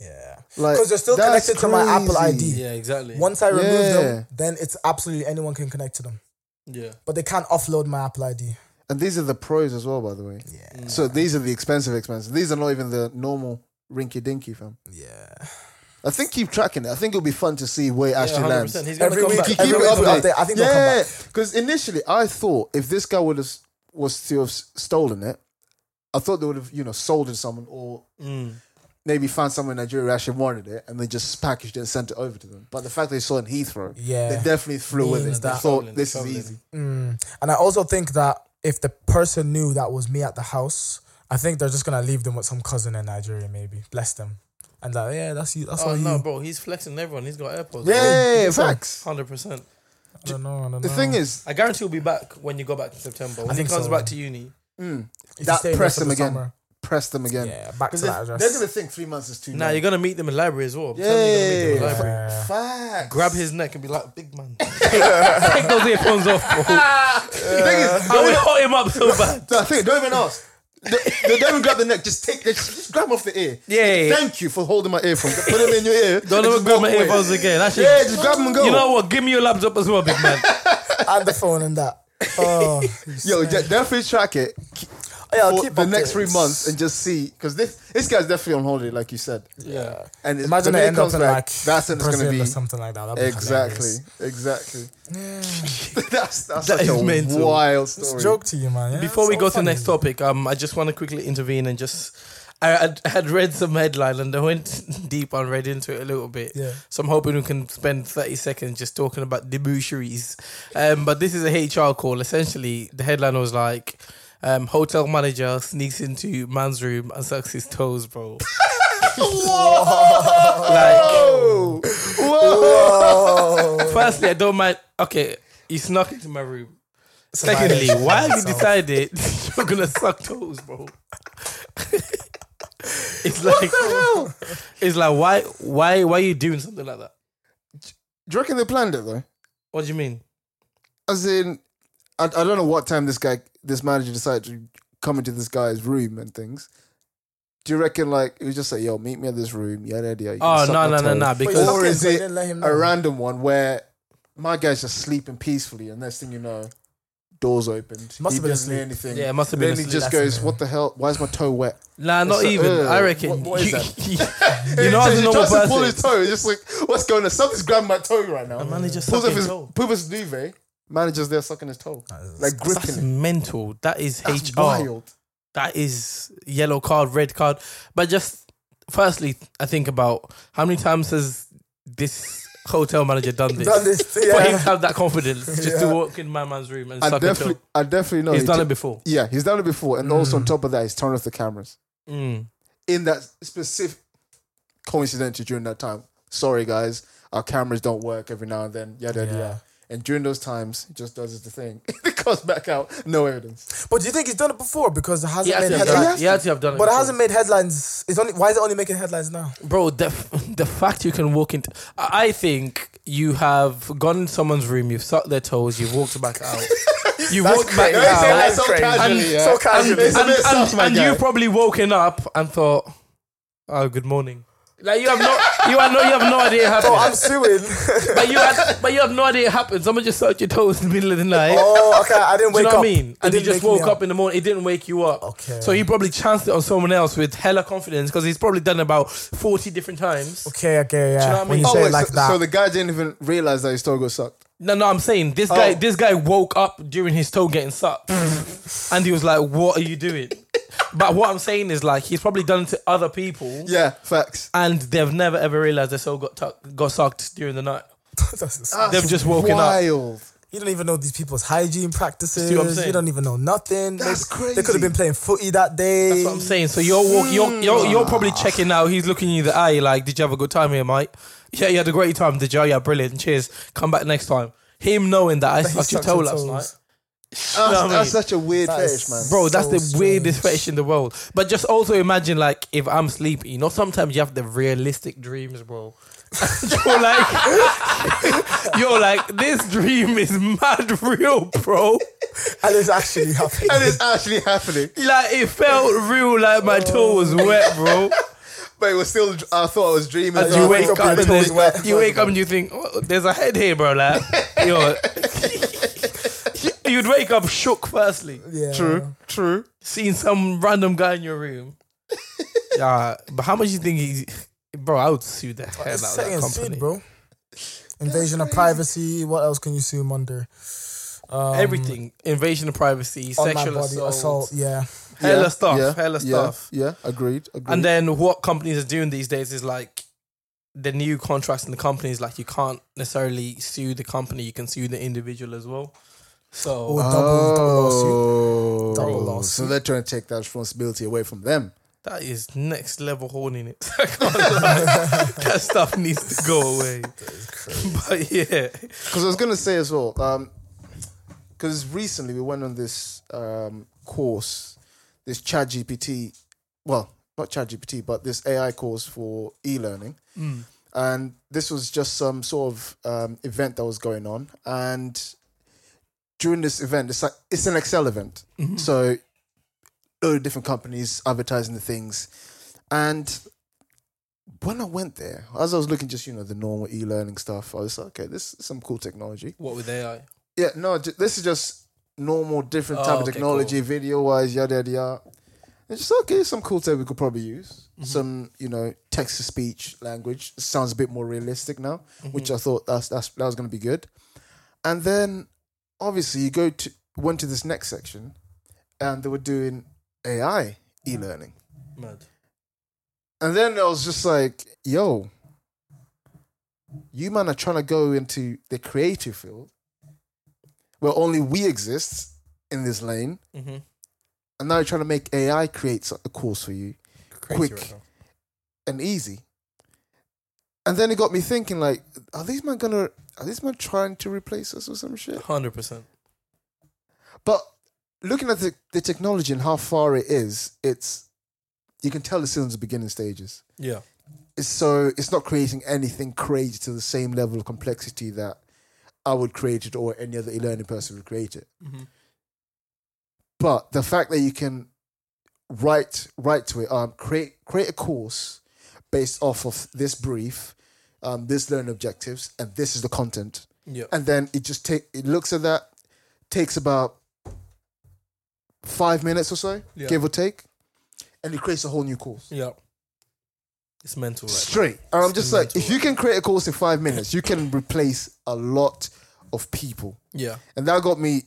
yeah. Like Because they're still that's connected to my Apple crazy. ID. Yeah, exactly. Once I remove Yeah. them, then it's absolutely anyone can connect to them. yeah. But they can't offload my Apple ID. And these are the pros as well, by the way. Yeah. So these are the expensive expenses. These are not even the normal rinky dinky fam. Yeah. I think keep tracking it. I think it'll be fun to see where it Yeah, actually 100%. lands. He's gonna Every come week, back. Keep every it week we updated. update. I think they'll come yeah, back. because initially I thought if this guy would have was to have s- stolen it, I thought they would have you know sold it to someone or Mm. maybe found someone in Nigeria who actually wanted it and they just packaged it and sent it over to them. But the fact they saw it in Heathrow, they Yeah. definitely flew with Means it. They that- thought this is Traveling, easy. Mm. And I also think that if the person knew that was me at the house, I think they're just gonna leave them with some cousin in Nigeria, maybe. Bless them. And that, yeah, that's you. That's all Oh you. no, bro, he's flexing everyone. He's got AirPods. Yeah, Oh, facts. hundred percent. I don't know. I don't The know. thing is, I guarantee he'll be back when you go back in September. When he think comes so. back to uni, mm, If you that stay there press for them the again. summer, press them again. Yeah, back to Because that if- address. they're gonna think three months is too. now long. you're gonna meet them in library as well. I'm telling you, you're gonna meet them in Yeah. library. Yeah. Facts. Grab his neck and be like, "Big man, take those earphones off, bro." The thing is, I would hot him up so bad. No, I think don't even ask. They, they don't even grab the neck. Just take. They just, just grab off the ear. Yeah, yeah, yeah. Thank you for holding my earphone. Put them in your ear. Don't and ever just grab walk my away. earphones again. Actually, Yeah, just grab them and go. you know what? Give me your laptop as well, big man. [laughs] and the phone [laughs] and that. Oh, Yo, de- definitely track it keep- yeah, I'll for keep the updates. next three months and just see because this this guy's definitely on holiday, like you said. yeah. And it's- Imagine the it day end up comes in back, like that's when it's Brazil gonna or be something like that. That'd be exactly, hilarious. exactly. [laughs] that's that's That such is a mental. wild It's story. a joke to you, man. Yeah, Before it's we so go to funny. the next topic, um, I just want to quickly intervene and just. I had- I had read some headline and I went [laughs] deep and read into it a little bit. Yeah. So I'm hoping we can spend 30 seconds just talking about debaucheries. Um, but this is a HR call. Essentially, the headline was like, um, hotel manager sneaks into man's room and sucks his toes, [laughs] bro. Whoa! Whoa! Oh. Firstly, I don't mind. Okay, he snuck into my room. Secondly, why have you decided [laughs] you're gonna suck toes, bro? [laughs] it's like it's like why why why are you doing something like that? Do you reckon they planned it though? What do you mean? as in, I, I don't know what time this guy, this manager decided to come into this guy's room and things. Do you reckon like it was just like, yo, meet me at this room, yada yada. yada you Oh suck no my no no toes. no But because you Or suck is but you it didn't let him know. a random one where my guy's just sleeping peacefully, and next thing you know, doors opened. Must he have been doesn't hear asleep. anything. yeah, it must have been. then he a- just That's goes, amazing. "What the hell? Why is my toe wet?" nah, not It's a- even. I Ugh. reckon What- what you, is that? [laughs] [laughs] you know, as a he normal tries to pull person, his toe. It's just like, what's going on? Something's grabbing my toe right now. a manager Pulls sucking off his, toe. pulls his duvet. Manager's there sucking his toe, like gripping That's it. mental. That is That's HR. wild. that is yellow card, red card. But just firstly, I think about how many times has this hotel manager [laughs] done this? [laughs] Done this, For him to yeah. have that confidence just to Yeah. walk in my man's room and I suck a toe. definitely, I definitely know. He's he done t- it Mm. before. Yeah, he's done it before, and also on top of that, he's turned off the cameras Mm. in that specific coincidentally during that time. Sorry, guys, our cameras don't work every now and then. Yada yada. Yeah. yada. And during those times, he just does the thing. [laughs] it comes back out, no evidence. But do you think he's done it before? Because it He hasn't had, made to have done, headlines. it. he had to have done it. But it before. hasn't made headlines. It's only why is it only making headlines now? Bro, the f- the fact you can walk into, I I think you have gone in someone's room, you've sucked their toes, you've walked back [laughs] out, you walked back No, he said out, that so crazy. casually, And- yeah. So and, casually. It's a and, bit and, soft, my and guy. you've probably woken up and thought, "Oh, good morning." Like you have no, you have no, you have no idea it happened. Oh, [laughs] I'm suing. [laughs] but you, had, but you have no idea it happened. Someone just sucked your toes in the middle of the night. oh, okay. I didn't Do you wake know up. what I mean? It And you didn't just wake me woke up in the morning. It didn't wake you up. Okay. So you probably chanced it on someone else with hella confidence because he's probably done about forty different times. Okay, okay, know yeah. what I when mean? you Oh, say wait, it like so, that, so the guy didn't even realize that his toe got sucked. No, no, I'm saying this guy. This guy woke up during his toe getting sucked, and he was like, "What are you doing?" but what I'm saying is like he's probably done it to other people, Yeah, facts. and they've never ever realized their soul got tuck, got sucked during the night. [laughs] That's- They've just woken up. Wild. you don't even know these people's hygiene practices. See what I'm saying? you don't even know nothing. That's they, crazy. They could have been playing footy that day. That's what I'm saying. So you're walk, you're, you're you're probably checking out. He's looking you in the eye like, "Did you have a good time here, mate? Yeah, you had a great time. Did you? Yeah, brilliant. Cheers. Come back next time." Him knowing that I he sucked your sucked toe your last toes. night. That's, No, I mean- that's such a weird That is fetish, man. Bro, that's so the weirdest strange. fetish in the world. But just also imagine, like, if I'm sleeping, you know, sometimes you have the realistic dreams, bro. [laughs] you're like, [laughs] you're like, this dream is mad real, bro. And it's actually [laughs] happening. And it's actually happening. Like, it felt real, like my Oh toe was wet, bro. But It was still. I thought I was dreaming. And I you thought- wake woke up, up and and your toes then, wet. you wake up and you think, oh, there's a head here, bro. Like, [laughs] yo, you'd wake up shook. Firstly, yeah. True, true. seeing some random guy in your room. [laughs] yeah, but how much you think he, bro? I would sue the hell out of It's setting that in company, suit, bro. Invasion of privacy. What else can you sue him under? Um, Everything, invasion of privacy, On sexual my body, assault, assault. Yeah. hella Yeah, stuff, yeah, hella yeah, stuff. Yeah, agreed. Agreed. And then what companies are doing these days is like the new contracts in the companies, like you can't necessarily sue the company, you can sue the individual as well. So Oh, double, double lawsuit. Oh. Double lawsuit. So they're trying to take that responsibility away from them. that is next level horning it. [laughs] I can't lie. that stuff needs to go away. [laughs] But yeah, Because I was gonna say as well. Um, because recently we went on this um course, this Chat GPT. Well, not Chat GPT, but this AI course for e-learning. Mm. and this was just some sort of um, event that was going on. And during this event, it's like it's an Excel event, Mm-hmm. Hmm. so a lot of different companies advertising the things. And when I went there, as I was looking, just you know the normal e-learning stuff, I was like, okay, this is some cool technology. what with AI? Yeah, no, j- this is just normal, different Oh, type of okay, technology, video wise, yada yada yada. It's just okay, some cool tech we could probably use. Mm-hmm. Some, you know, text to speech language sounds a bit more realistic now, Mm-hmm. which I thought that's that's that was gonna be good. And then obviously you go to went to this next section and they were doing AI e Mm-hmm. learning. Mad. And then I was just like, yo, you man are trying to go into the creative field where only we exist in this lane. Mm-hmm. And now you're trying to make AI create so- a course for you Quick. right and easy. And then it got me thinking, like, are these man gonna, are these man trying to replace us or some shit? Hundred percent. But looking at the, the technology and how far it is, it's, you can tell it's still in the beginning stages. Yeah. it's so it's not creating anything crazy to the same level of complexity that I would create it or any other e-learning person would create it. Mhm. But the fact that you can write write to it, um, create create a course based off of this brief, um, this learning objectives, and this is the content, Yeah. and then it just take it looks at that, takes about five minutes or so, Yeah. give or take, and it creates a whole new course Yeah. It's mental. Right? straight. And I'm just like, mental. if you can create a course in five minutes, you can replace a lot of people. Yeah. And that got me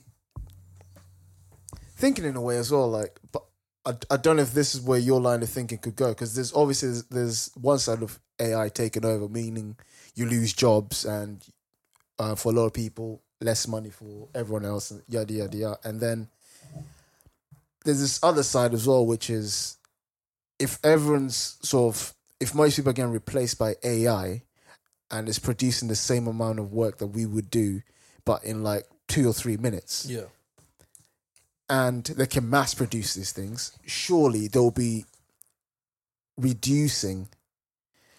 thinking in a way as well. Like, but I, I don't know if this is where your line of thinking could go because there's obviously there's, there's one side of AI taking over, meaning you lose jobs and uh, for a lot of people, less money for everyone else, and yada yada yada. And then there's this other side as well, which is if everyone's sort of if most people are getting replaced by AI and it's producing the same amount of work that we would do, but in like two or three minutes, Yeah. and they can mass produce these things, surely they'll be reducing.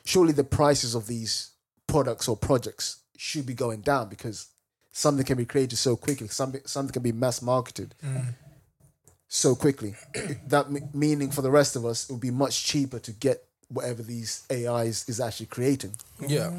Surely the prices of these products or projects should be going down because something can be created so quickly, something something can be mass marketed so quickly. [coughs] that me- meaning for the rest of us, it would be much cheaper to get whatever these AIs is actually creating. Yeah.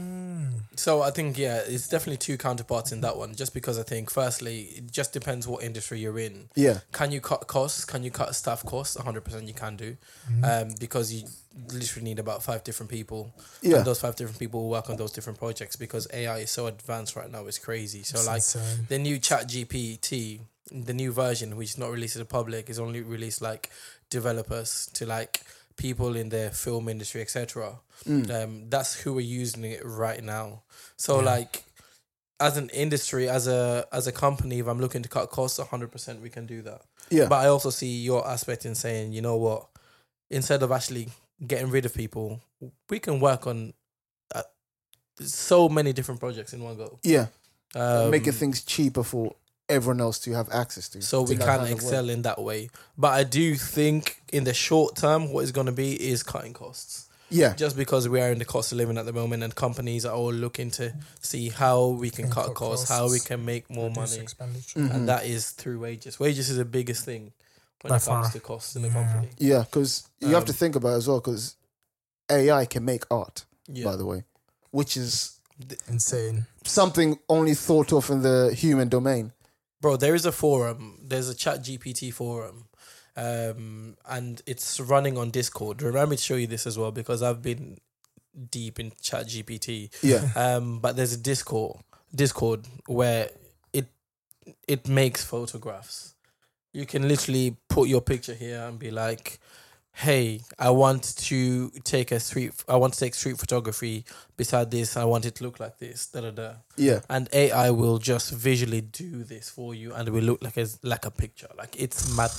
So I think yeah, it's definitely two counterparts in that one. Just because I think, firstly, it just depends what industry you're in. Yeah, Can you cut costs? Can you cut staff costs? 100% you can do. Um, because you literally need about five different people. Yeah. And those five different people will work on those different projects because AI is so advanced right now. It's crazy. So, like, insane. the new chat GPT, the new version, which is not released to the public, is only released like developers to like people in the film industry, etc. Um, that's who we're using it right now. So like as an industry, as a as a company, if I'm looking to cut costs, hundred percent we can do that. Yeah. But I also see your aspect in saying, you know what, instead of actually getting rid of people, we can work on uh, so many different projects in one go. yeah, Um, making things cheaper for everyone else to have access to. so to we that can kind of work. excel in that way. But I do think in the short term, what it's going to be is cutting costs. Yeah, Just because we are in the cost of living at the moment, and companies are all looking to see how we can Can cut cut costs, how we costs, can make more Reduce money, expenditure. Mm. and that is through wages. Wages is the biggest thing when By it comes far. to costs in the Yeah. company. yeah, because you have to Um, think about it as well because AI can make art. Yeah, By the way, which is [laughs] Insane. something only thought of in the human domain. bro there is a forum there's a chat gpt forum um and it's running on discord remind me to show you this as well because i've been deep in chat gpt Yeah. um but there's a discord discord where it it makes photographs you can literally put your picture here and be like hey i want to take a street i want to take street photography beside this i want it to look like this da da da [laughs] Yeah, and AI will just visually do this for you, and it will look like a like a picture. Like it's mad.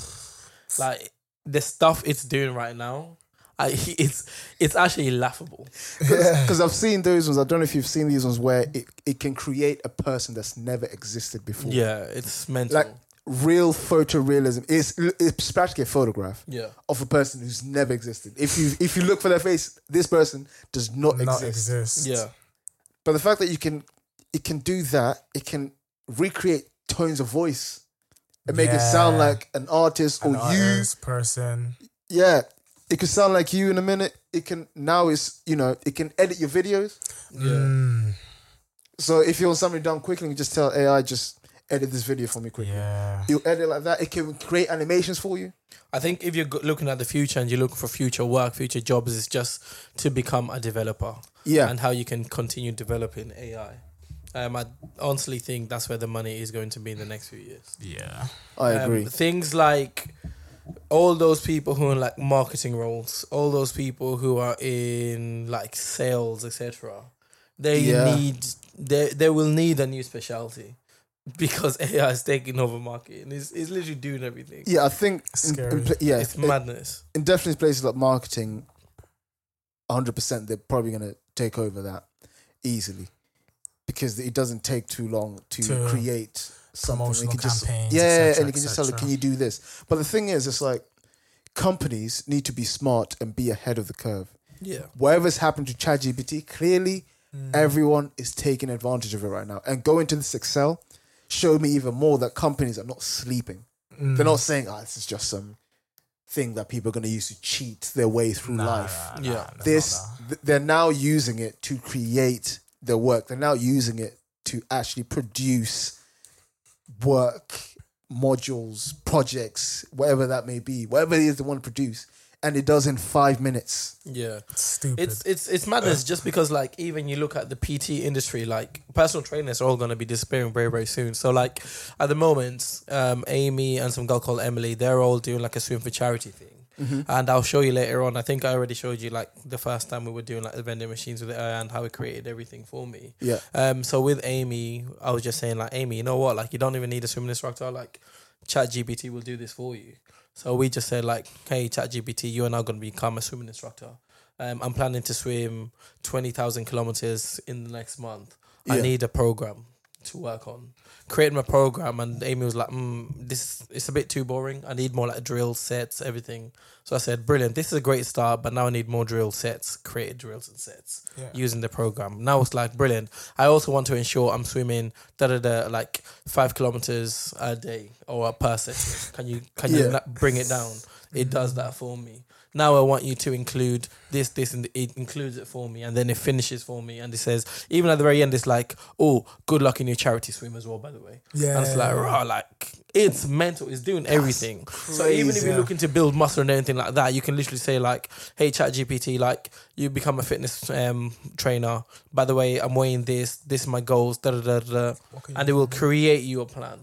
Like the stuff it's doing right now, I, [laughs] it's it's actually laughable. because I've seen those ones. I don't know if you've seen these ones where it, it can create a person that's never existed before. Yeah, it's mental. Like real photorealism is it's practically a photograph yeah, of a person who's never existed. If you if you look for their face, this person does not, [laughs] Not exist. exist. yeah, But the fact that you can it can do that, it can recreate tones of voice and make it sound Yeah. like an artist An or you artist, person. yeah it could sound like you in a minute it can now it's you know it can edit your videos yeah. Mm, so if you want something done quickly you just tell ai just edit this video for me quickly yeah. you edit like that it can create animations for you I think if you're go- looking at the future and you're looking for future work, future jobs, is just to become a developer. yeah and how you can continue developing AI. Um, I honestly think that's where the money is going to be in the next few years. Yeah. i Um, agree things like all those people who are in like marketing roles, all those people who are in like sales, etc. They Yeah. need they they will need a new specialty because [laughs] AI is taking over marketing. It's it's literally doing everything. yeah i think It's in- in scary. pla- yeah It's in- madness. in definitely places like marketing 100% they're probably going to take over that easily because it doesn't take too long to, To create something You promotional can just campaigns, yeah, et cetera, and you can et just tell it, cetera. can you do this but the thing is it's like companies need to be smart and be ahead of the curve Yeah. whatever's happened to ChatGPT, clearly Mm. everyone is taking advantage of it right now. And going to this Excel showed me even more that companies are not sleeping. They're not Mm. saying, "Ah, this is just some thing that people are going to use to cheat their way through life." Yeah. this th- they're now using it to create their work. They're now using it to actually produce work, modules, projects, whatever that may be, whatever it is they want to produce, and it does in five minutes. Yeah. Stupid. It's it's it's madness just because like even you look at the PT industry, like personal trainers are all going to be disappearing very very soon. So like at the moment, um, Amy and some girl called Emily, they're all doing like a swim for charity thing. And I'll show you later on. I think I already showed you like the first time we were doing like the vending machines with it and how it created everything for me. Yeah. Um. So with Amy, I was just saying like Amy, you know what? Like you don't even need a swimming instructor. Like ChatGPT will do this for you. So we just said like, hey, ChatGPT, you are now going to become a swimming instructor. Um, I'm planning to swim twenty thousand kilometers in the next month. I Yeah. need a program to work on. creating my program, and Amy was like, mm, "This it's a bit too boring. I need more like drill sets, everything." So I said, "Brilliant, this is a great start, but now I need more drill sets, created drills and sets Yeah. using the program." Now it's like brilliant. I also want to ensure I'm swimming da da da like five kilometers a day or per session. Can you can you Yeah. na- bring it down? It does that for me. Now I want you to include this, this, and it includes it for me, and then it finishes for me, and it says even at the very end, it's like, oh, good luck in your charity swim as well, by the way. Yeah. And it's like, rah, like it's mental. It's doing everything. So even if crazy. you're looking to build muscle and anything like that, you can literally say like, hey, chat GPT, like you become a fitness um, trainer. By the way, I'm weighing this. This is my goals. Da da da da. da. What can you And it will create you a plan.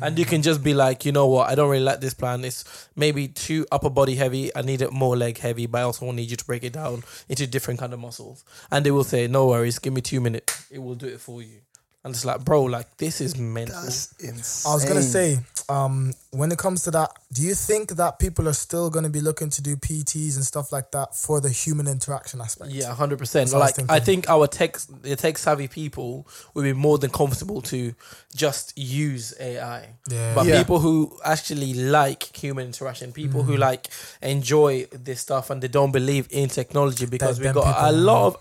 And you can just be like, you know what? I don't really like this plan. It's maybe too upper body heavy. I need it more leg heavy, but I also need you to break it down into different kind of muscles. And they will say, no worries, give me two minutes. It will do it for you. And it's like, bro, like this is mental. That's insane. I was gonna say, um, when it comes to that, do you think that people are still gonna be looking to do PTs and stuff like that for the human interaction aspect? Yeah, hundred percent. what I was Like I, think our tech, the tech savvy people will be more than comfortable to just use AI. Yeah. But Yeah. people who actually like human interaction, people who Mm-hmm. like enjoy this stuff, and they don't believe in technology because That- we've them got a people, Mm-hmm. lot of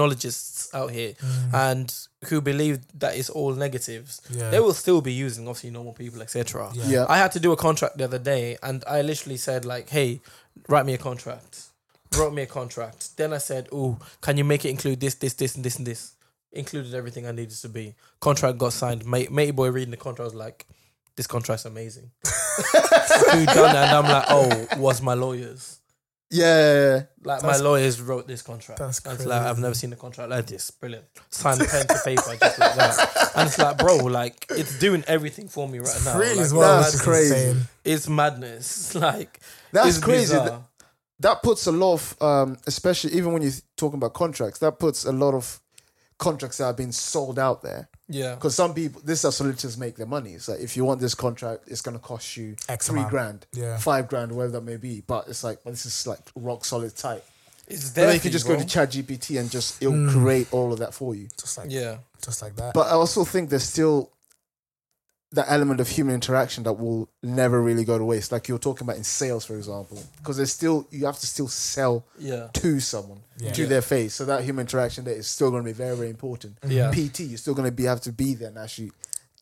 anti-technologists out here, and who believe that it's all negatives. Yeah. They will still be using obviously normal people, etc. Yeah. Yeah. I had to do a contract the other day, and I literally said like, "Hey, write me a contract." Wrote me a contract. Then I said, "Oh, can you make it include this, this, this, and this, and this?" Included everything I needed to be. Contract got signed. Mate, matey boy reading the contract was like, "This contract's amazing." [laughs] Who done that? And I'm like, "Oh, was my lawyers." Yeah. Like That's- my lawyers wrote this contract. That's And it's like I've crazy. never seen a contract like this. Brilliant. Signed pen to paper just like that. And it's like, bro, like it's doing everything for me right now. Free Like, as well. that's which is crazy. insane. it's madness. [laughs] Like That's it's crazy. Th- bizarre. That puts a lot of, um, especially even when you're talking about contracts, that puts a lot of contracts that have been sold out there. Yeah, Because some people, this is how solicitors make their money. It's like if you want this contract, it's going to cost you X three amount. grand, Yeah. five grand, whatever that may be. But it's like, but this is like rock solid tight. it's But there. then you can just go to Chat GPT and just it'll create all of that for you. Just like yeah, just like that. But I also think there's still that element of human interaction that will never really go to waste. Like you're talking about in sales, for example, because there's still you have to still sell yeah, to someone Yeah. to their face. So that human interaction there is still going to be very very important. yeah. PT, you're still going to be have to be there and actually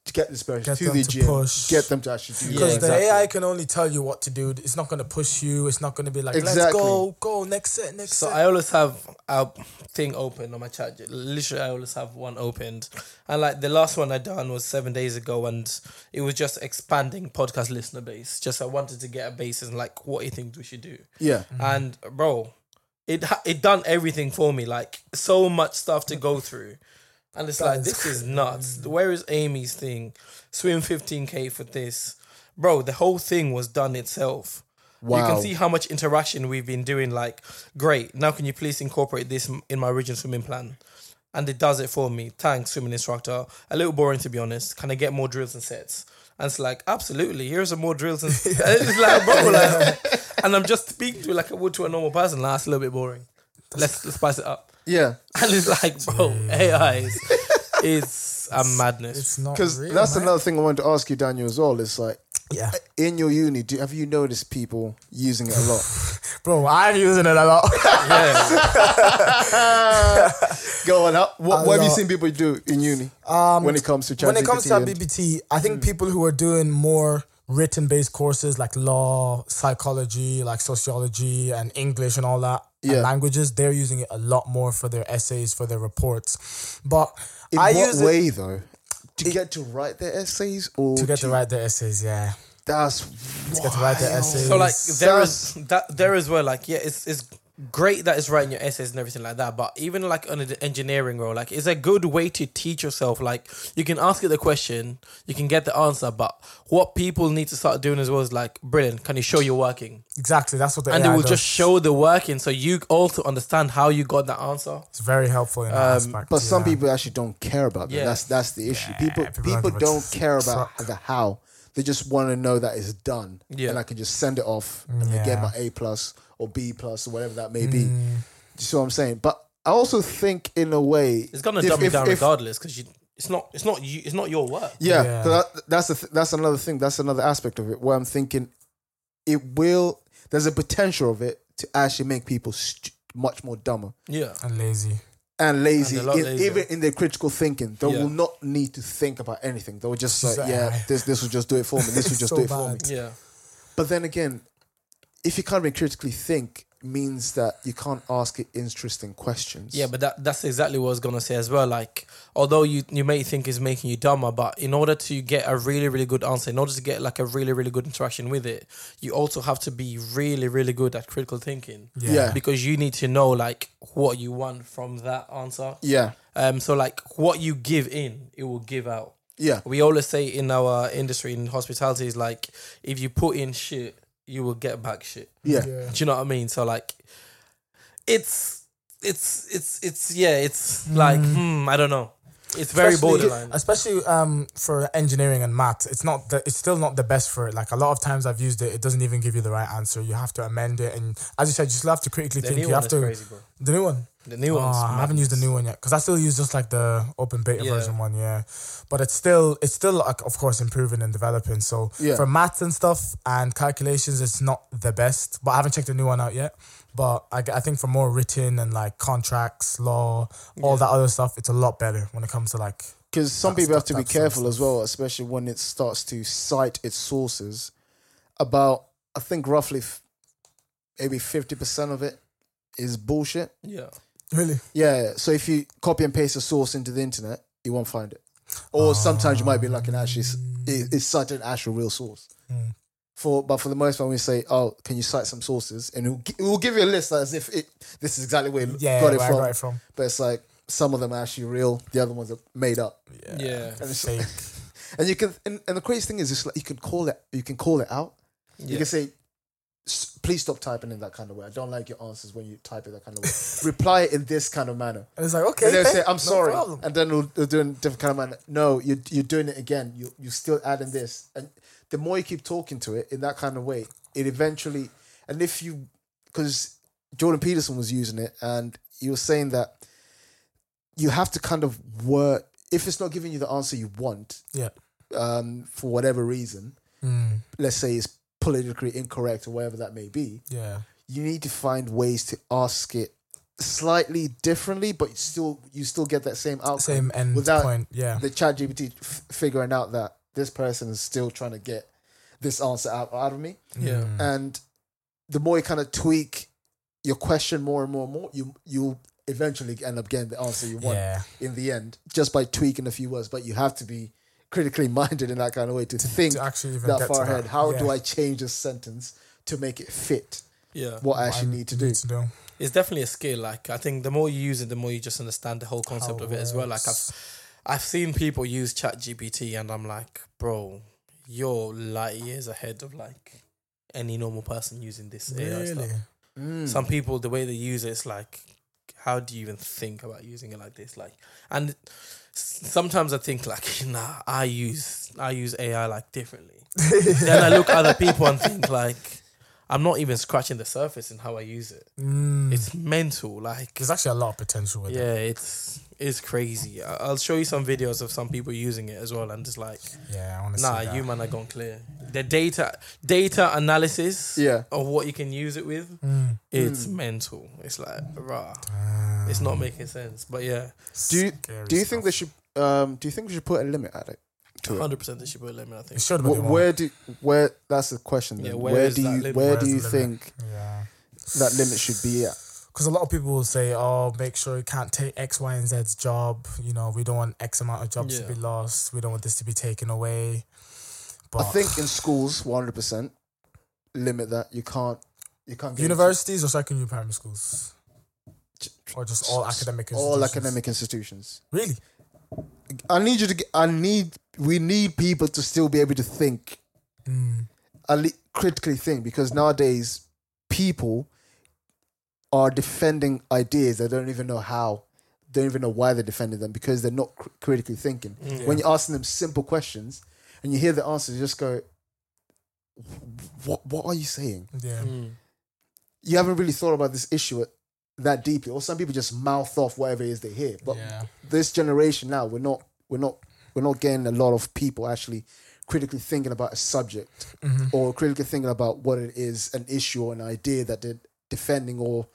to get this person Get to them the to gym, push. get them to actually do Yeah, because that. exactly. the AI can only tell you what to do. It's not going to push you. It's not going to be like, let's Exactly. go, go, next set, next So set. I always have a thing open on my chat. Literally, I always have one opened. And like the last one I done was seven days ago, and it was just expanding podcast listener base. Just I wanted to get a basis and like what he thinks we should do. Yeah, and bro, it ha- it done everything for me. Like so much stuff to go through, and it's like is this is nuts. Where is Amy's thing? Swim fifteen k for this, bro. The whole thing was done itself. You Wow. can see how much interaction we've been doing. Like, great. Now, can you please incorporate this m- in my original swimming plan? And it does it for me. Thanks, swimming instructor. A little boring to be honest. Can I get more drills and sets? And it's like, absolutely. Here's some more drills and it's like, bro, like, and I'm just speaking to it like I would to a normal person. Like, that's a little bit boring. Let's, let's spice it up. [laughs] yeah. And it's like, bro, AI is, is a madness. it's not Because real, that's man. another thing I wanted to ask you, Daniel, as well. It's like Yeah, in your uni, do, have you noticed people using it a lot? bro, I'm using it a lot. [laughs] yeah. Go on. How, what, what have you lot. seen people do in uni Um, when it comes to when it comes ChatGPT to that and- Hmm. BBT, I think people who are doing more written based courses like law, psychology, like sociology, and English and all that, and Yeah. languages, they're using it a lot more for their essays, for their reports. But In I what use it way though? To get to write their essays or to get to write their essays. Yeah, That's to get to write their essays. So like there is that there is where like yeah, it's it's great that it's writing your essays and everything like that. But even like on an engineering role, like it's a good way to teach yourself. Like you can ask it the question, you can get the answer, but what people need to start doing as well is like, brilliant, can you show you're working? exactly that's what the And AI it will does. just show the working so you also understand how you got the answer. It's very helpful in that aspect. Um, but some yeah. people actually don't care about that. Yeah. That's that's the issue. people people people, don't give a don't care about fuck. the how. They just want to know that it's done, Yeah. and I can just send it off and they get Yeah. my A plus or B plus or whatever that may be. Do Mm. you see what I'm saying? But I also think in a way It's gonna if- dumb you if- down if- regardless because you It's not. It's not you. It's not your work. Yeah, Yeah. 'cause that, that's the th- that's another thing. That's another aspect of it where I'm thinking it will. There's a potential of it to actually make people st- much more dumber Yeah. and lazy. and lazy, And a lot in- lazier. even in their critical thinking. They Yeah. will not need to think about anything. They will just Just like, like, yeah, "Aye." this this will just do it for me. [laughs] This will just So do it for me. bad. Yeah. But then again, if you can't really critically think, means that you can't ask it interesting questions. Yeah, but that that's exactly what I was gonna say as well. Like, although you you may think it's making you dumber, but in order to get a really really good answer, in order to get like a really really good interaction with it, you also have to be really really good at critical thinking. Yeah. Yeah. Because you need to know like what you want from that answer. yeah, Um. So like what you give in, it will give out. yeah, We always say in our industry in hospitality is like if you put in shit, you will get back shit. yeah. Yeah. Do you know what I mean? So like, it's it's it's it's yeah, it's like hmm, I don't know. It's very Mm. Especially- borderline. Especially um, for engineering and math, it's not. The, it's still not the best for it. Like a lot of times I've used it, it doesn't even give you the right answer. You have to amend it, and as you said, you still have to critically The think. new You one have is to crazy, bro. the new one. The new Oh, one's I haven't used the new one yet because I still use just like the open beta Yeah. version one, yeah. But it's still it's still like of course improving and developing. So Yeah. for maths and stuff and calculations, it's not the best. But I haven't checked the new one out yet. But I, g- I think for more written and like contracts, law, all that other stuff, it's a lot better when it comes to like Because some That's- people have to be that's some careful as stuff. well, especially when it starts to cite its sources. About, I think roughly f- maybe 50% of it is bullshit. Yeah, really. Yeah, so if you copy and paste a source into the internet, you won't find it. Or sometimes you might be like an actually, s- it- it's such an actual real source. Mm. For, but for the most part, we say, "Oh, can you cite some sources?" and it will, gi- it will give you a list as if it this is exactly where you Yeah, got it where from. I got it from. But it's like some of them are actually real, the other ones are made up. yeah. And it's- Fake. And you can, and, and the craziest thing is, it's like you can call it, you can call it out. You Yeah. can say, "S- "Please stop typing in that kind of way. I don't like your answers when you type in that kind of way. [laughs] Reply in this kind of manner." and it's like okay. And they'll okay, say, "I'm no sorry," problem. and then we'll, we'll do it in a different kind of manner. No, you you're doing it again. You you still adding this, and the more you keep talking to it in that kind of way, it eventually. And if you, because Jordan Peterson was using it, and he was saying that you have to kind of work. If it's not giving you the answer you want, Yeah. um, for whatever reason, Mm, let's say it's politically incorrect or whatever that may be, yeah. you need to find ways to ask it slightly differently, but still you still get that same outcome. Same end Without- point. Yeah. The chat GPT f- figuring out that this person is still trying to get this answer out, out of me. Yeah. Mm. And the more you kind of tweak your question more and more and more, you you'll eventually end up getting the answer you want yeah. in the end, just by tweaking a few words. But you have to be critically [laughs] minded in that kind of way to, think To actually even that get far to ahead. That. How yeah. do I change this sentence to make it fit yeah. what I I actually need to do? Need to do. It's definitely a skill. Like I think the more you use it, the more you just understand the whole concept How of it as well. Like I've works. I've seen people use Chat GPT, and I'm like, bro, you're light years ahead of like any normal person using this AI stuff. Really? Hmm. Mm. some people the way they use it, it's like how do you even think about using it like this like and s- sometimes i think like [laughs] nah i use i use ai like [laughs] differently then i look at other people and think like i'm not even scratching the surface in how i use it Mm, it's mental like there's actually a lot of potential with it. yeah it's it's crazy I- i'll show you some videos of some people using it as well and just like Yeah, I want to nah see that. you man are gone clear the data data analysis Yeah. of what you can use it with Mm. it's mental. It's like rah. Damn. It's not making sense. But yeah, Do you- Ah, Scary Do you stuff. think they should? Um, do you think we should put a limit at it? To it? hundred percent they should put a limit. I It think. should, but Where, they won't. where do where? That's the question. Then. Yeah, where where, is do that you limit? where Where's do the you limit? think Yeah, that limit should be at? because a lot of people will say, "Oh, make sure you can't take X, Y, and Z's job." You know, we don't want X amount of jobs Yeah. to be lost. We don't want this to be taken away. I But think in schools, one hundred percent limit that you can't you can't get into universities or secondary primary schools, or just all academic all institutions? academic institutions. Really? I need you to. Get, I need. We need people to still be able to think, Mm. at least critically think, because nowadays people are defending ideas they don't even know how, don't even know why they're defending them because they're not cr- critically thinking. When you're asking them simple questions and you hear the answers, you just go, "What? What are you saying? Yeah. Mm. You haven't really thought about this issue." That deeply, or some people just mouth off whatever it is they hear. But yeah. this generation now, we're not we're not we're not getting a lot of people actually critically thinking about a subject or critically thinking about what it is an issue or an idea that they're defending or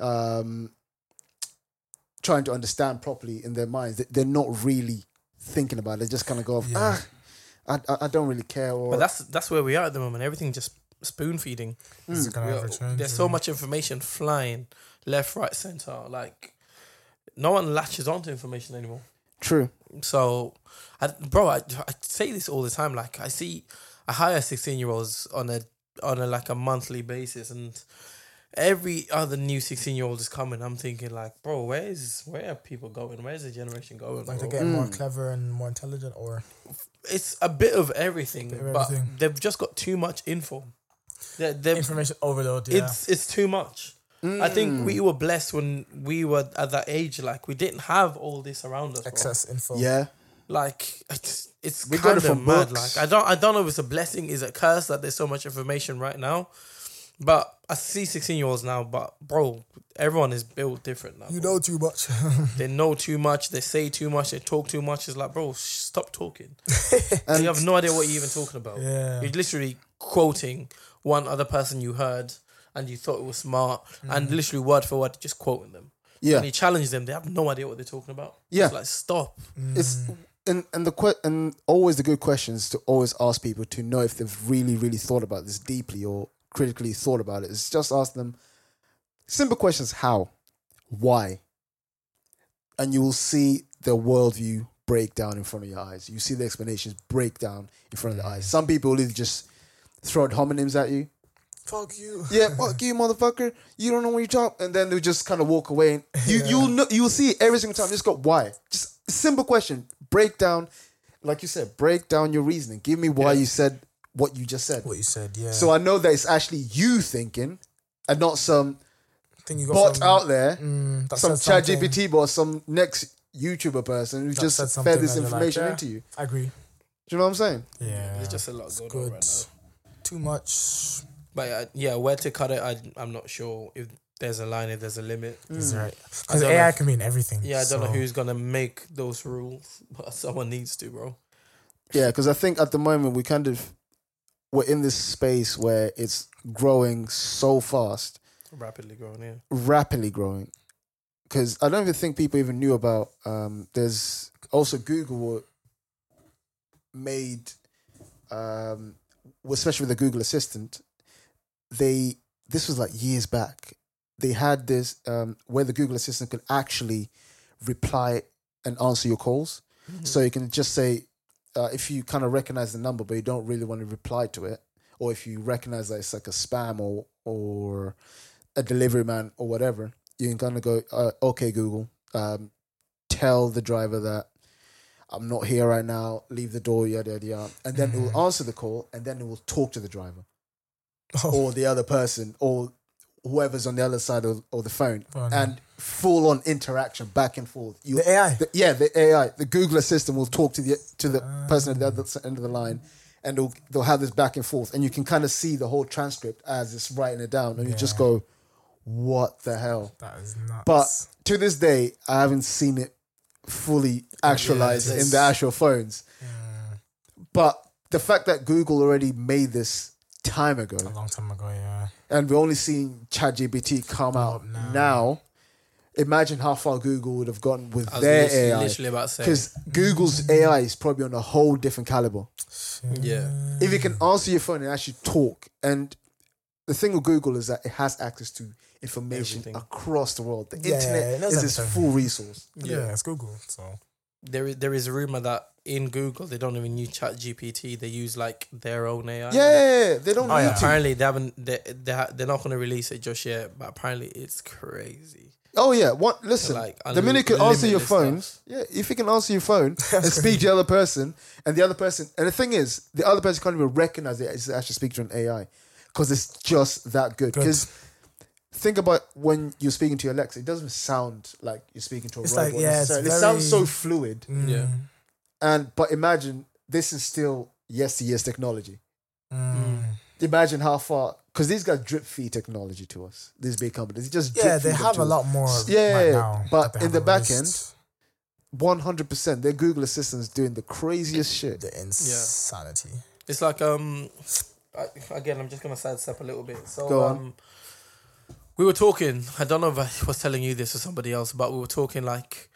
um, trying to understand properly in their minds They- they're not really thinking about it they just kind of go off, Yeah. ah I- I, I don't really care or But that's that's where we are at the moment. Everything just spoon feeding. It's Mm. gonna We are- overchange, there's so yeah. much information flying left, right, center. Like no one latches onto information anymore. true So, I, bro, I, I say this all the time. Like I see, I hire sixteen year olds on a on a like a monthly basis, and every other new sixteen year old is coming. I'm thinking like, bro, where is where are people going? Where's the generation going? Like bro? they're Mm. getting more clever and more intelligent, or it's a bit of everything, Bit of but everything. they've just got too much info. They're, they're, information overload. Yeah. it's it's too much. I think Mm. we were blessed when we were at that age. Like we didn't have all this around us. bro. excess info. yeah Like it's it's We got kind of it from mad. books. Like I don't I don't know if it's a blessing, is it a curse that there's so much information right now. But I see sixteen year olds now. But bro, everyone is built different now. You bro. know too much. [laughs] they know too much. They say too much. They talk too much. It's like bro, sh- stop talking. you have no idea what you're even talking about. yeah. You're literally quoting one other person you heard and you thought it was smart and literally word for word just quoting them. yeah And you challenge them, they have no idea what they're talking about. Yeah. It's like stop. it's and and the que- and always the good questions to always ask people to know if they've really really thought about this deeply or critically thought about it is just ask them simple questions how why and you will see the worldview break down in front of your eyes you see the explanations break down in front of the eyes some people will either just throw homonyms at you Fuck you. yeah, fuck you, motherfucker. You don't know what you're talking. And then they just kind of walk away. And you you'll know, you'll see it every single time. Just go why? Just a simple question. Break down, like you said, break down your reasoning. Give me why you said what you just said. What you said. Yeah. So I know that it's actually you thinking, and not some think you bot some- out there, mm, that some said something. ChatGPT bot, some next YouTuber person who That just said something fed this and you're like, information yeah. into you. I agree. Do you know what I'm saying? Yeah. There's just a lot going on good. right now. Too much. But uh, yeah, where to cut it, I, I'm not sure if there's a line, if there's a limit. Mm. Is right. Hmm. I Because don't AI know. can mean everything. Yeah, I don't know so- who's going to make those rules, [laughs] but someone needs to, bro. Yeah, because I think at the moment we kind of we're in this space where it's growing so fast Rapidly growing, yeah. rapidly growing because I don't even think people even knew about. Um, there's also Google made, um, well, especially with the Google Assistant, they this was like years back. They had this um, where the Google Assistant could actually reply and answer your calls, so you can just say uh, if you kind of recognize the number but you don't really want to reply to it, or if you recognize that it's like a spam or or a delivery man or whatever, you can kind of go, uh, okay, Google, um, tell the driver that I'm not here right now, leave the door, yada, yada, yada. And then it Mm. will answer the call and then it will talk to the driver Oh, or the other person or whoever's on the other side of, of the phone Oh, no. and full on interaction back and forth. You, the AI. the- yeah, the AI, the Google Assistant will talk to the to the person at the other s- end of the line, and they'll they'll have this back and forth, and you can kind of see the whole transcript as it's writing it down, and you just Yeah. go, "What the hell?" that is nuts. But to this day, I haven't seen it fully actualized Yeah, in the it's- actual phones. But the fact that Google already made this time ago, a long time ago, yeah. and we're only seeing ChatGPT come Oh, out no. now. Imagine how far Google would have gotten with I was their literally, AI literally about to say. because Google's AI is probably on a whole different caliber. Yeah. If it can answer your phone and actually talk, and the thing with Google is that it has access to information Everything. across the world. The Yeah, it internet knows is its everything. full resource. Yeah. it's Google. So there is there is a rumor that in Google they don't even use Chat GPT. They use like their own AI. Yeah, they don't Oh, need yeah. to. Apparently they haven't. They they ha- they're not gonna release it just yet. But apparently it's crazy. Oh yeah, what? Listen, Like, the minute it can answer your unlimitless phone, stuff. yeah, if it can answer your [laughs] phone and speak to the other person, and the other person, and the thing is, the other person can't even recognize it as actually speak to an AI because it's just that good. Good. Because think about when you're speaking to your Alexa, it doesn't sound like you're speaking to a It's robot. like, yeah, it's necessarily. very- It sounds so fluid. Mm. Yeah. And but imagine this is still yesteryear's technology. Mm. Imagine how far because these guys drip feed technology to us. These big companies, they just yeah, drip they feed it have to a us. lot more. Yeah, right now but that they in the haven't back released. One hundred percent. Their Google Assistant's doing the craziest shit. The insanity. It's like um, I, again, I'm just gonna sidestep a little bit. So Go on. um, we were talking. I don't know if I was telling you this or somebody else, but we were talking like,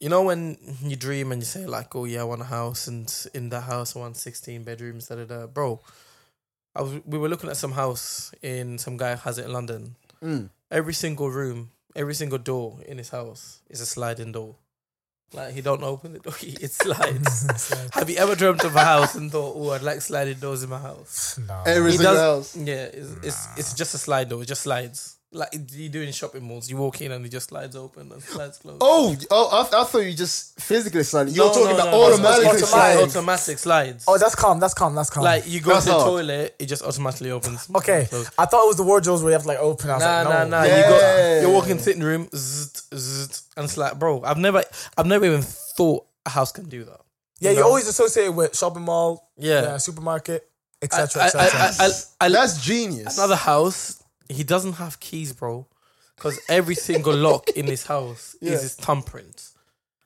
you know, when you dream and you say like, oh yeah, I want a house, and in that house I want 16 bedrooms. Da da da, bro. I was, we were looking at some house in some guy has it in London. Mm. Every single room, every single door in his house is a sliding door. Like he don't open the door, [laughs] he- it slides. It's like, Have you ever dreamt of a house and thought, "Oh, I'd like sliding doors in my house"? no. Every He single does- house. Yeah, it's it's, it's just a slide door. It just slides. Like you do in shopping malls, you walk in and it just slides open and slides closed. Oh, oh! I, I thought you just physically sliding. You're No, talking no, about no, no, automatic automatic, sliding. automatic slides. Oh, that's calm. That's calm. That's calm. like you go That's to the hard. toilet, it just automatically opens. okay, Closed. I thought it was the wardrobes where you have to like open. I was Nah, like, no, nah, nah. Yeah. You go, you're walking sitting room, zzzt, zzzt, and it's like, bro, I've never, I've never even thought a house can do that. Yeah, You you know? always associate it with shopping mall, Yeah, yeah, supermarket, I, etc. I, I, I, I, I, That's genius. another house. He doesn't have keys, bro, because every single lock in his house [laughs] Yeah. is his thumbprint.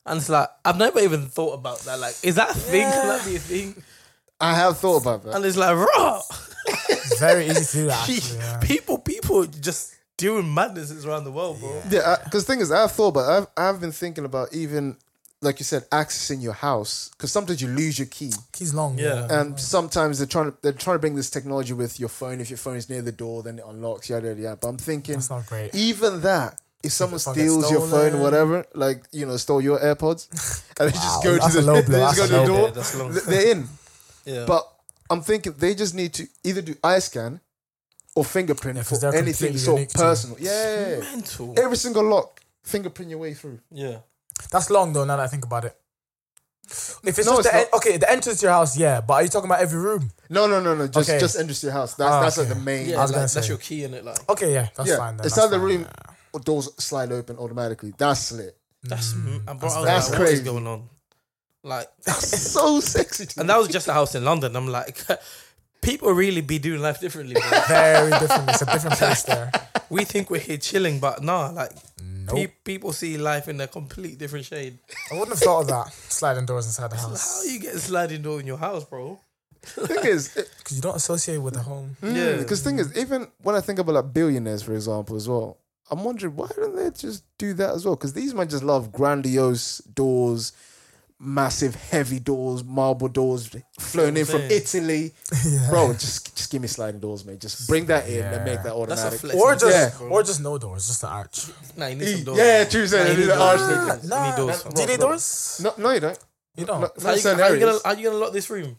And it's like I've never even thought about that. Like, is that a thing? Can that be a thing? I have thought about that. And it's like, raw. It's very easy to [laughs] do that. Gee, actually, yeah. People, people just doing madnesses around the world, bro. Yeah, because thing is, I've thought about. I've I've been thinking about even like you said, accessing your house because sometimes you lose your key, Keys long. Yeah. and sometimes they're trying to they're trying to bring this technology with your phone. If your phone is near the door, then it unlocks. Yada yada. yada. But I'm thinking, That's not great. even that, if someone phone gets steals your phone, stolen. whatever, like you know, stole your [laughs] AirPods, and they just go that's to a the low [laughs] they blow, just go that's to the a low door, Yeah, that's long. th- they're in. Yeah. But I'm thinking they just need to either do eye scan or fingerprint Yeah, 'cause for they're anything completely so unique to- personal. Yeah, yeah, yeah. mental. every single lock, fingerprint your way through. Yeah. That's long though. Now that I think about it, if it's No, just it's the en- okay, the entrance to your house, yeah. But are you talking about every room? No, no, no, no. Just Okay. just enters your house. That's Ah, that's like okay. the main. Yeah, I was gonna like, that's say. your key in it. Like, Okay, yeah, that's Yeah, fine. Then. it's that's not the fine, room- yeah. Or doors slide open automatically. That's lit. that's Mm. I brought out That's like, what is crazy. going on? Like, so [laughs] sexy. To and me. that was just a house in London. I'm like, [laughs] people really be doing life differently. Bro. Very different. It's [laughs] a different place there. we think we're here chilling, but nah, like Nope. pe- people see life in a complete different shade. I wouldn't have thought of that. Sliding doors inside the How house you get a sliding door in your house, bro? thing is, it- because you don't associate with the [laughs] home. [laughs] Yeah. yeah. Mm, Because thing is, even when I think about like billionaires, for example, as well, I'm wondering why don't they just do that as well? Because these men just love grandiose doors, massive heavy doors, marble doors flown in from Yeah. Italy. yeah. Bro, just just give me sliding doors, mate. Just bring that in and Yeah. make That's that a automatic. flex. Or just Yeah. or just no doors, just an arch. nah, you need some doors. E, yeah, true. So Nah, they you need do the doors. arch thing. You need doors. Do you need bro. doors? No, no, you don't. You don't. No, How Oh. no you, how certain you gonna areas. how you gonna lock this room?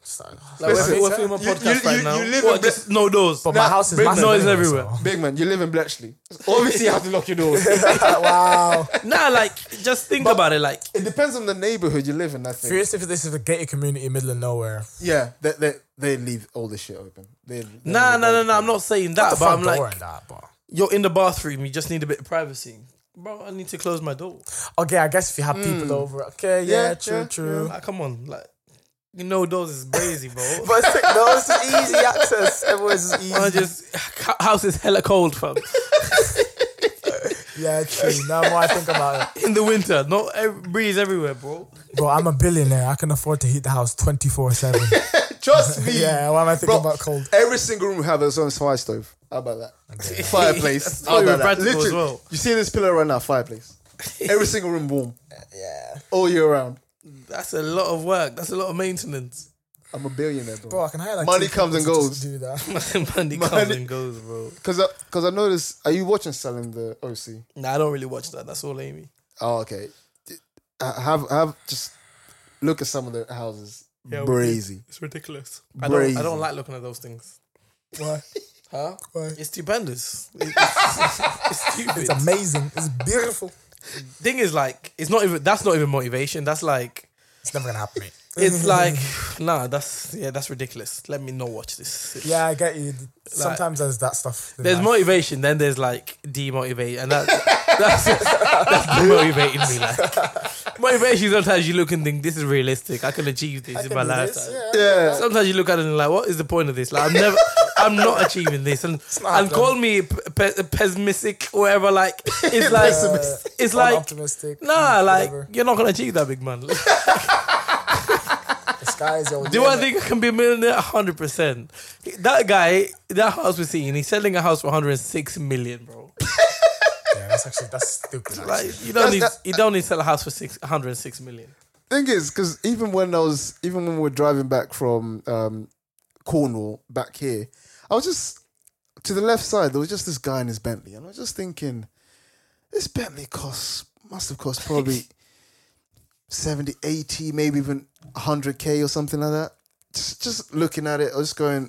Sorry. Like Listen, we're, we're filming a you- podcast you- right you- now. you live What, in just no doors. But Nah, my house is big massive noise anyway, everywhere. so- Big man, you live in [laughs] Bletchley. Obviously, you have to lock your doors. [laughs] wow. [laughs] nah, like just think about it. Like It depends on the neighborhood you live in. I think. Furious if this is a gated community in middle of nowhere. Yeah, they, they they leave all this shit open. They, they nah, leave nah, nah, all- nah. I'm not saying Ah, that, but I'm like, and that, but. you're in the bathroom. You just need a bit of privacy, bro. I need to close my door. Okay, I guess if you have people over. Okay, Hmm. yeah, Yeah, true, yeah, true. Like, come on, like you know, doors is crazy, [laughs] bro. But sick, no, it's just easy access. Everyone's [laughs] just I easy. just [laughs] house is hella cold, fam. Yeah, true. Now more I think about it. In the winter, no ev- breeze everywhere, bro. Bro, I'm a billionaire. I can afford to heat the house 24 [laughs] 7. Trust [laughs] me. Yeah, why am I thinking Bro. about cold? Every single room have its own fire stove. How [laughs] about that? That's Fireplace. How probably about that? practical as Literally, well. you see this pillow right [laughs] now? Fireplace. Every single room warm Yeah. all year round. That's a lot of work. That's a lot of maintenance. [laughs] I'm a billionaire, bro. Bro, I can hire like Money two comes people and goes. to just Do [laughs] that. Money comes and goes, bro. Cause I, cause I noticed. Are you watching selling the OC? Nah, I don't really watch that. That's all, Amy. Oh, okay. Uh, Have have just look at some of the houses. Yeah, we did. Brazy. It's ridiculous. I don't. I Brazen. don't like looking at those things. Why? Huh? Why? It's stupendous. It- It's, [laughs] it's stupid. It's amazing. It's beautiful. Thing is, like, it's not even. That's not even motivation. That's like. It's never gonna happen, mate. [laughs] [laughs] It's like, nah. That's yeah. That's ridiculous. Let me not watch this. Yeah, I get you. Sometimes there's that stuff. in There's [laughs] life. motivation, then there's like demotivate, and that, [laughs] that's that's demotivating me. Like motivation, sometimes you look and think this is realistic. I can achieve this in Can my do this, lifetime. yeah. Yeah. [laughs] Sometimes you look at it and like, what is the point of this? Like I'm never, I'm not achieving this, and not and call me p- pe- pessimistic, whatever. Like [laughs] it's like [laughs] it's like optimistic. nah, like whatever. you're not gonna achieve that, big man. [laughs] the sky is your Do I limit. think I can be a millionaire? hundred percent. That guy, that house we're seeing, he's selling a house for hundred and six million, bro. Yeah, that's actually that's stupid. Like actually. you don't That's need that- you don't need to sell a house for six hundred and six million. thing is, because even when I was, even when we were driving back from um, Cornwall back here, I was just to the left side. There was just this guy in his Bentley, and I was just thinking, this Bentley costs must have cost probably 70, 80, maybe even hundred k or something like that. Just, just looking at it, I was going,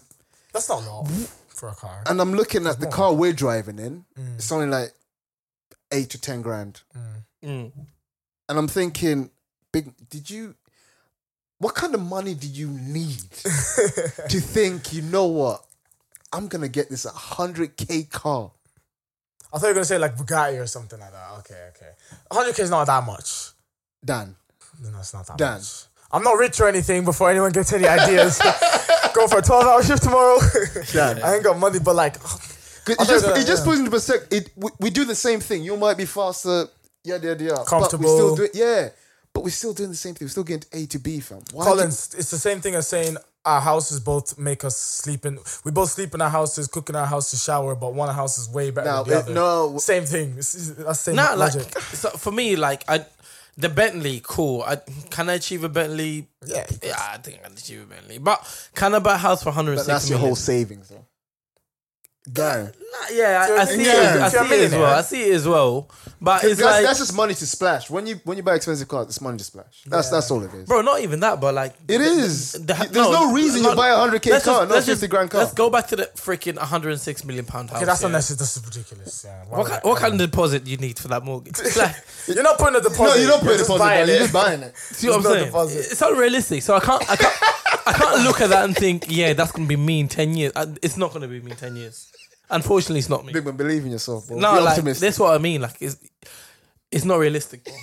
that's [laughs] not normal for a car. and I'm looking at the car we're driving in. It's only like eight to ten grand. Hmm. [laughs] Mm. and I'm thinking, big, did you? What kind of money do you need to think? You know what? I'm gonna get this 100k car. I thought you were gonna say like Bugatti or something like that. Okay, okay. 100k is not that much. Dan, No, it's not that Dan. much. I'm not rich or anything. Before anyone gets any [laughs] ideas, go for a 12-hour shift tomorrow. Dan. [laughs] I ain't got money, but like, 'Cause I It just, thought- it just yeah. puts into perspective. It we, we do the same thing. You might be faster. Yeah, yeah, yeah. But Comfortable. we still do it. Yeah. But we're still doing the same thing. We're still getting to A to B, fam. Why do- Collins, it's the same thing as saying our houses both make us sleep in. We both sleep in our houses, cook in our houses, shower, but one house is way better No, than the it- other. no. same thing. It's, it's, that's same Nah, like logic. so for me, like I, the Bentley, cool. I can I achieve a Bentley? Yeah. yeah, I think I can achieve a Bentley. But can I buy a house for hundred and But six that's your million? whole savings, though. Dan. Nah, yeah, I, I see it. Yeah. I If you're a see it as well. I see millionaire. it as well. But it's That's, like, that's just money to splash. When you when you buy expensive cars, it's money to splash. That's that's all it is. bro, not even that. But like, It is. There's no reason you buy a 100K let's car, just- not let's 50 grand car. Let's go back to the freaking 106 million pound house. Okay, that's yeah. unnecessary. That's ridiculous. Yeah. What, Why would kind, I- what kind of deposit you need for that mortgage? [laughs] Like, You're not putting a deposit. No, you don't put You're a just deposit, buying down. You're it. just buying [laughs] it. see what I'm no saying? deposit. It's unrealistic. So I can't, I can't, I can't look at that and think, yeah, that's gonna be me in 10 years. I, it's not gonna be me in 10 years. Unfortunately, it's not me. Big man, believe in yourself, bro. No, Be like optimistic. that's what I mean. Like it's it's not realistic. Bro.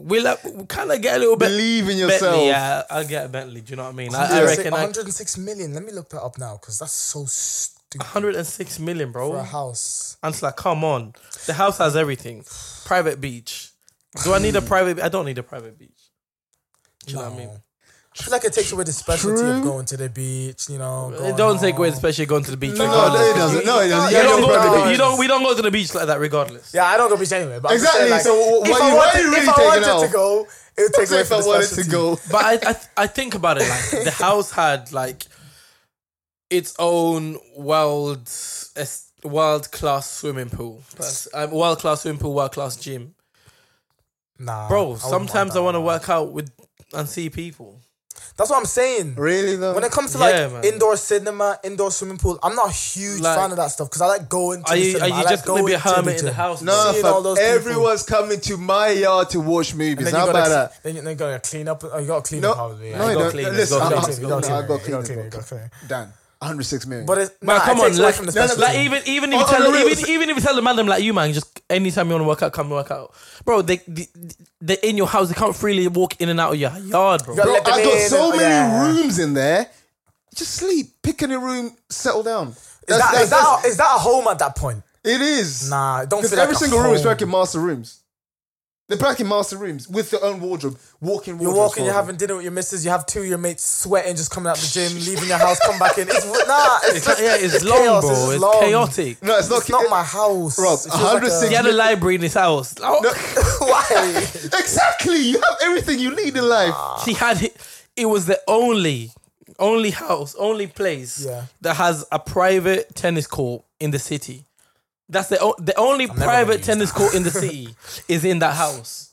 Will I can I get a little bit? Believe in yourself. Bentley, yeah, I'll get a Bentley. Do you know what I mean? I, I Yeah, say reckon I, 106 million. Let me look that up now because that's so stupid 106 million, for a bro. house. And it's like, come on, the house has everything. Private beach. Do I need a private? I don't need a private beach. Do you know what I mean? I feel like it takes away the specialty True. of going to the beach, you know. It going don't take away, home. especially going to the beach. No, regardless. no, it doesn't. No, it doesn't. You Yeah, don't, you're go to the, private you beach. don't. We don't go to the beach like that, regardless. Yeah, I don't go beach anyway. But I'm just Exactly, Saying, like, so wh- if why I you- why wanted, are you really if I taking wanted out? to go, it would take away if I from the wanted to specialty. go. But I, I, th- I think about it like the house had like its own world, world class swimming pool, uh, world class swimming pool, world class gym. Nah, I Bro, wouldn't want sometimes I that. want to work out with and see people. That's what I'm saying. Really though? When it comes to Yeah, like man. indoor cinema, indoor swimming pool, I'm not a huge Like- fan of that stuff because I like going to Are the you, cinema. are you I like just gonna be a going to the hermit in the gym. house? no, seeing fam, all those people. everyone's coming to my yard to watch movies. Then How you about gotta, that? then you, then you gotta clean up. Oh, you gotta clean No, up probably. yeah. no, You you gotta don't. clean it, you Listen, gotta I clean it, got you clean. gotta it, clean I it, got you clean. gotta clean it, it, you bro. gotta clean it. Dan, 106 million. But it's, Man, nah, come it on, takes away like, from the like, specialty. even even if Oh, you tell no, no, even, it's- even if you tell the madam like you man, just anytime you want to work out, come work out, bro. They, they they're in your house, they can't freely walk in and out of your yard, bro. gotta Bro, I let them got in so and- many yeah. rooms in there. Just sleep, pick in a room, settle down. Is That's- that, is, that's- that, is that a home at that point? it is. Nah, it don't Because feel like every a single room is home. packing master rooms. They're packing master rooms with their own wardrobe, walking. You're walking, you're [laughs] having dinner with your missus, you have two of your mates sweating, just coming out the gym, leaving your house, come back in. It's, nah, it's, It's, just, yeah, [laughs] it's, long, chaos, bro. just It's, long. chaotic. No, it's not. It's not my house. Rob, It feels like 106 a- He had a library in his house. Oh, [laughs] [laughs] Why? [laughs] Exactly. You have everything you need in life. Ah, He had it. It was the only, only house, only place Yeah. that has a private tennis court in the city. That's the o- the only never gonna private use tennis court in the [laughs] city is in that house.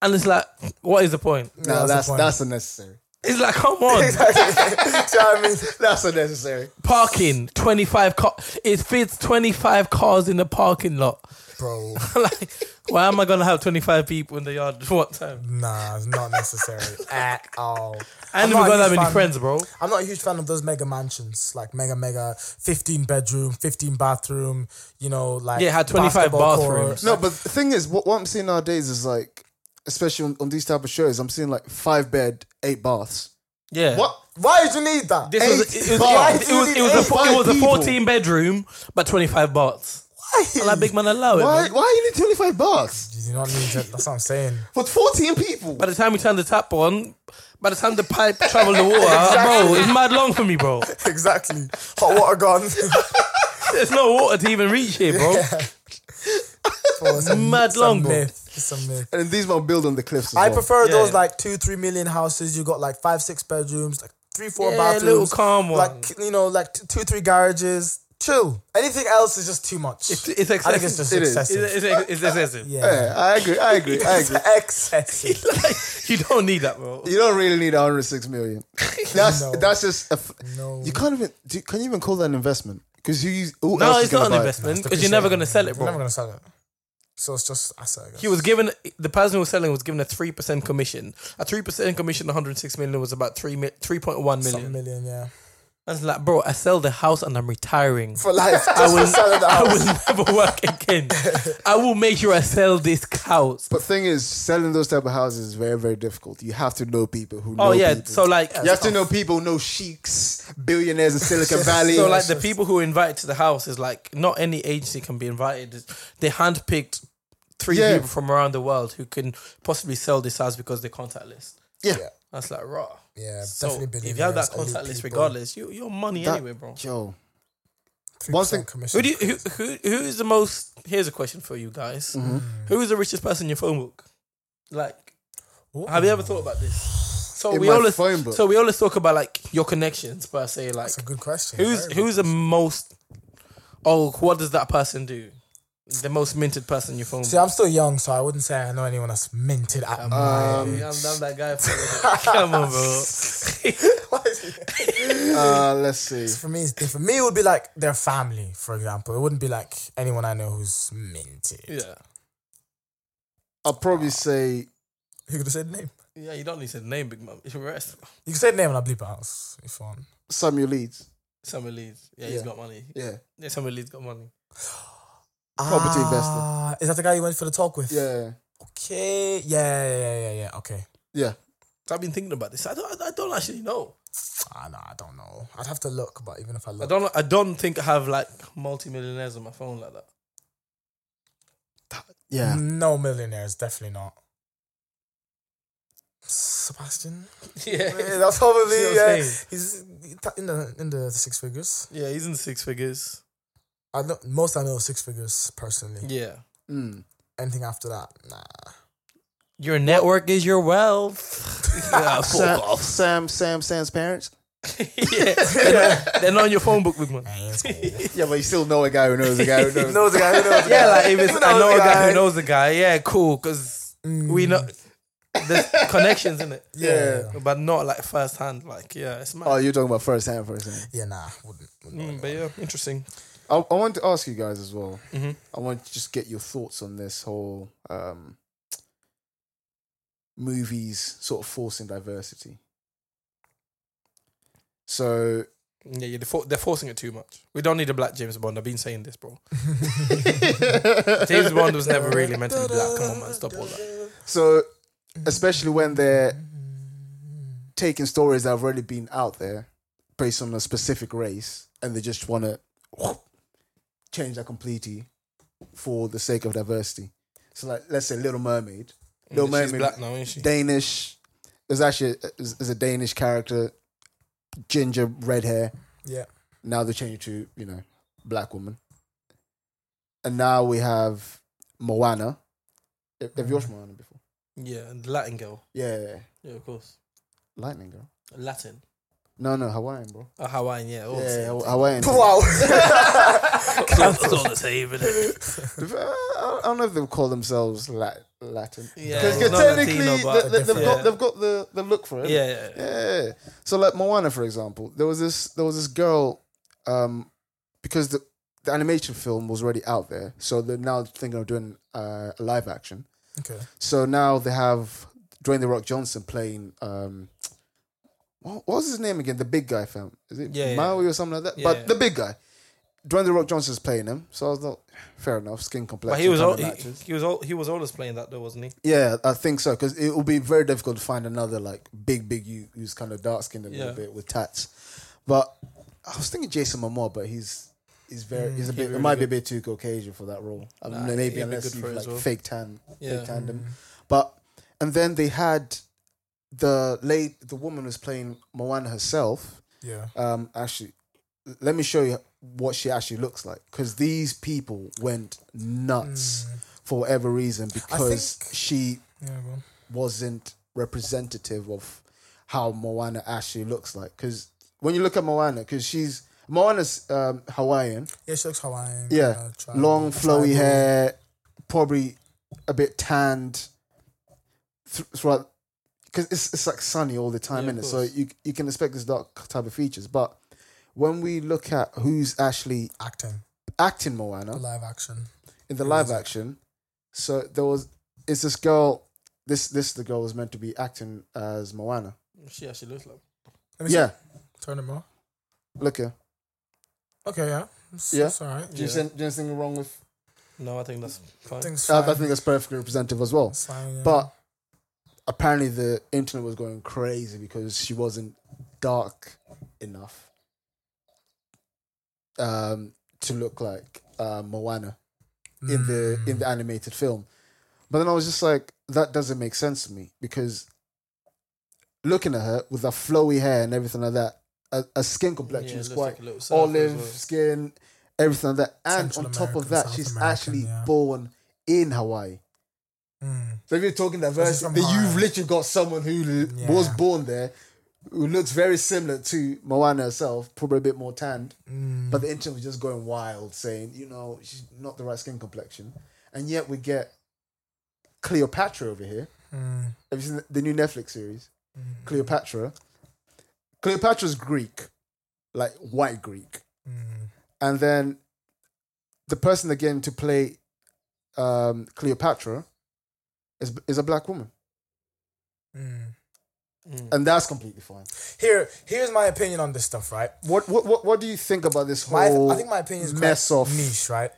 And it's like, what is the point? No, that's the that's point. that's unnecessary. [laughs] It's like, come on, Do you know what I mean? That's unnecessary. parking twenty five car. It fits twenty five cars in the parking lot. [laughs] Bro, like, why am I gonna have twenty five people in the yard at one time? nah, it's not necessary at all. And I'm we're not a gonna have huge any fan- friends, bro. I'm not a huge fan of those mega mansions, like mega, mega 15 bedroom, 15 bathroom, you know, like. Yeah, it had 25 basketball bathrooms. court. No, but the thing is, what, what I'm seeing nowadays is like, especially on, on these type of shows, I'm seeing like five bed, eight baths. Yeah. What? Why did you need that? This was, Eight it, was, bars. it, was, it, was a, fo- it was a People. 14 bedroom, but 25 baht. Why? Like big man allow it. Why, man. why you need 25 bucks? You do not need it. That's what [laughs] I'm saying. For 14 people. By the time we turned the tap on, by the time the pipe traveled the water, bro, it's mad long for me, bro. exactly. Hot [laughs] water gone. There's no water to even reach here, bro. Oh, it's a- Mad it's a long, bro. myth. It's a myth. And these men build on the cliffs. As I well. prefer Yeah. those like two, three million houses. You got like five, six bedrooms, like three, four Yeah, bathrooms, little calm one. like you know, like t- two, three garages. Chill. Anything else is just too much. It's, it's excessive. I think it's just It is. excessive. It's- it's- it's excessive. [laughs] Yeah, Yeah, I agree. I agree. I agree. excessive. you don't need that, bro. You don't really need 106 [laughs] million. That's No. that's just a f- No. you can't even do, can you even call that an investment? Because you use who No, else is it's not gonna an buy it? investment because you're never gonna sell it, We're bro. never gonna sell it. So it's just asset. I guess. He was given the person who was selling was given a three percent commission. A three percent commission, 106 million was about three mi- 3.1 million. Something million, [laughs] yeah. That's like, bro, I sell the house and I'm retiring. For life, [laughs] just I will- for selling [laughs] the I house. will never work again. I will make sure I sell this house. But thing is, selling those type of houses is very very difficult. You have to know people who. Oh know yeah, people. so like, you have to know people, know sheiks, billionaires in Silicon Valley. [laughs] so like the people who are invited to the house is like not any agency can be invited. They handpicked three Yeah. people from around the world who can possibly sell this house because they're contactless. yeah. That's like raw. Yeah, So definitely if billionaires. you have that elite contact list, people, regardless, you your money That- anyway, bro. yo, 3% One thing- Who commission. do you, who, who who is the most? Here's a question for you guys. Mm-hmm. Who is the richest person in your phone book? Like, Ooh. have you ever thought about this? So In we my always phone book. so we always talk about like your connections per se. Like, That's a good question. who's Very good. who's the most? Oh, what does that person do? The most minted person in your phone. See, book. I'm still young, so I wouldn't say I know anyone that's minted at Um, my I'm, I'm that guy. For [laughs] Come on, [laughs] bro. Why is he- uh, let's see. For me, it's different. Me, it would be like their family, for example. It wouldn't be like anyone I know who's minted. [laughs] yeah, I'll probably say You could have said name. yeah. You don't need to name Big Mum. It's the rest. You could say name and I'll bleep it out if you want. Samuel Leeds. Summer Leeds. Yeah, he's Yeah. got money. Yeah, Yeah, Summer Leeds got money. Property Ah, Is that the guy you went for the talk with? yeah, Okay. Yeah, yeah, yeah, yeah, yeah. Okay. yeah. I've been thinking about this. I don't. I don't actually know. Ah, no, I don't know. I'd have to look, but even if I I look, don't. I don't think I have like multi-millionaires on my phone like that. yeah. no millionaires, definitely not. Sebastian? [laughs] [laughs] [laughs] Yeah. Yeah, that's probably, See what I'm yeah. saying? He's in the, in the six figures. Yeah, he's in six figures. I know, most I know is six figures, personally. Yeah. Mm. Anything after that, nah. Your network is your wealth. [laughs] yeah, Sam, fuck off. Sam, Sam, [laughs] Sam's parents. yeah. They're not, they're not on your phone book, big man. [laughs] Yeah, but you still know a guy who knows a guy who knows. knows the guy. Who knows [laughs] [laughs] the Yeah, like if it's, Who I knows know the a guy guy? Mm. who knows a guy. Yeah, cool. Because we know there's connections [laughs] in it. Yeah. But not like first hand. Like yeah, it's mad. Oh, you're talking about first hand, first hand. Yeah, nah, wouldn't. wouldn't Mm, know but yeah, interesting. I, I want to ask you guys as well. Mhm. I want to just get your thoughts on this whole um, movies sort of forcing diversity. So Yeah, yeah they're, for, they're forcing it too much. We don't need a black James Bond. I've been saying this, bro. James Bond was never really meant to be black. Come on, man, stop all that. so especially when [laughs] they're taking stories that have already been out there based on a specific race and they just want to change that completely for the sake of diversity. So like let's say Little Mermaid. Little She's Mermaid black now, isn't she? Danish. There's actually is is a Danish character, ginger, red hair. Yeah. Now they change it to you know, black woman. And now we have Moana. Have have you watched Moana before? Yeah, and the Latin girl. Yeah, yeah, yeah. Yeah, of course. Lightning girl. Latin. No, no, Hawaiian, bro. A Hawaiian, yeah. All yeah, yeah, oh, [laughs] Haw- Hawaiian. Wow. it's all the same, innit? I don't know if they call themselves Lat- Latin. Yeah, Because it's not technically, Latino, but they, have Yeah. got they've got the, the look for it. Yeah, yeah, yeah. Yeah. So like Moana, for example, there was this there was this girl, um, because the the animation film was already out there, so they're now thinking of doing uh, a live action. Okay. So now they have Dwayne the Rock Johnson playing um, what, what was his name again? The big guy film is it Yeah, yeah. Maui or something like that? Yeah, but yeah. the big guy. Dwayne the Rock Johnson's playing him, so I was like, fair enough, skin complexion. But he was kind al- of he, matches. he was al- he was always playing that though, wasn't he? Yeah, I think so because it will be very difficult to find another like big, big you who's kind of dark skinned a Yeah. little bit with tats. But I was thinking Jason Momoa, but he's he's Mm, very he's a bit it might be a bit too Caucasian for that role. I mean, Nah, he'd maybe be unless good you for it like as well. fake tan, Yeah. mm-hmm. fake tandem. But and then they had the late the woman who's playing Moana herself. Yeah. Um, actually, let me show you what she actually looks like because these people went nuts Mm. for whatever reason because think- she Mm, Yeah, bro. wasn't representative of how Moana actually looks like. Because when you look at Moana, because she's Moana's um, Hawaiian, Yeah, she looks Hawaiian. Yeah. uh, tribal- long flowy tribal. hair, probably a bit tanned th- throughout. Because it's it's like sunny all the time, Yeah, in of it. So you you can expect this dark type of features, but when we look at who's actually Acting. acting Moana, Live action. in the Who live was it? action. So there was it's this girl. This this the girl was meant to be acting as Moana. She actually looks like. Let me see. Yeah, Turn it more. look here. Okay, yeah. It's, Yeah. It's all right. Do you see do you see anything wrong with? No, I think that's fine. Things Uh, fine. I think that's perfectly representative as well. Mm. It's fine, yeah. But apparently the internet was going crazy because she wasn't dark enough um, to look like uh, Moana in Mm, the Mm. in the animated film. But then I was just like, that doesn't make sense to me because looking at her with her flowy hair and everything like that, a, a skin complexion Yeah, it is looks quite like a little surfer as olive well. skin, everything like that. And Central on top American, of that, South she's American, actually yeah. born in Hawaii. Mm. So if you're talking she's from diversity, then you've Hawaii. literally got someone who l- Yeah. was born there, who looks very similar to Moana herself, probably a bit more tanned. Mm. But the internet was just going wild, saying, you know, she's not the right skin complexion. And yet we get Cleopatra over here. Mm. Have you seen the- the new Netflix series? Cleopatra. Cleopatra's Greek, like white Greek. Mm. And then the person again to play um, Cleopatra is, is a black woman. Mm. And that's completely fine. Here, here's my opinion on this stuff, right? What what what, what do you think about this My, whole I think my opinion is quite Oh, mess Mm. of niche, right?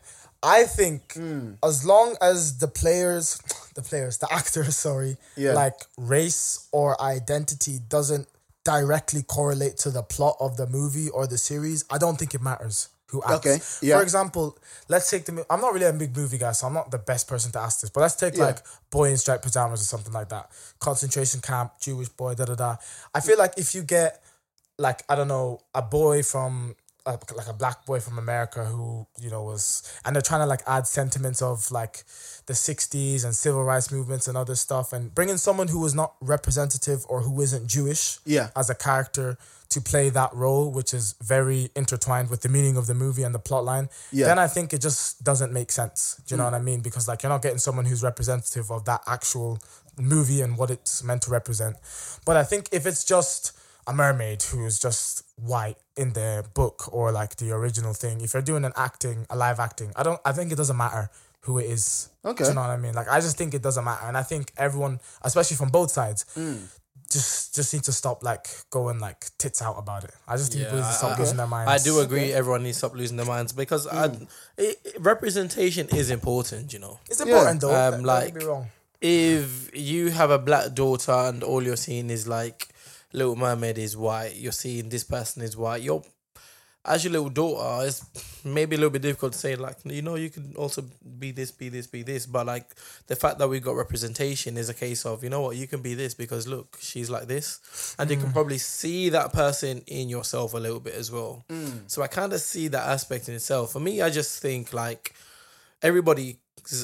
I think as long as the players, the players, the actors, [laughs] sorry, Yeah. like race or identity doesn't directly correlate to the plot of the movie or the series, I don't think it matters who acts. Okay, yeah. For example, let's take the. mo- I'm not really a big movie guy, so I'm not the best person to ask this. But let's take like boy in striped pajamas or something like that. Concentration camp, Jewish boy, da da da. I feel like if you get like I don't know a boy from a, like a black boy from America who you know was and they're trying to like add sentiments of like the 60s and civil rights movements and other stuff and bringing someone who is not representative or who isn't Jewish Yeah. as a character to play that role which is very intertwined with the meaning of the movie and the plot line Yeah. then I think it just doesn't make sense do you know what I mean because like you're not getting someone who's representative of that actual movie and what it's meant to represent but I think if it's just a mermaid who's just white in the book or like the original thing. If you're doing an acting, a live acting, I don't. I think it doesn't matter who it is. Okay. Do you know what I mean? Like I just think it doesn't matter, and I think everyone, especially from both sides. Mm. Just, just need to stop like going like tits out about it. I just think people need to stop losing their minds. I do agree. Everyone needs to stop losing their minds because I, it, it- representation is important. You know, It's important though. Um, Don't like- get me wrong. [laughs] if you have a black daughter and all you're seeing is like Little Mermaid is white, you're seeing this person is white. You're as your little daughter, it's maybe a little bit difficult to say like you know you can also be this, be this, be this. But like the fact that we got representation is a case of you know what you can be this because look she's like this, and you Mm. can probably see that person in yourself a little bit as well. Mm. So I kind of see that aspect in itself. For me, I just think like everybody's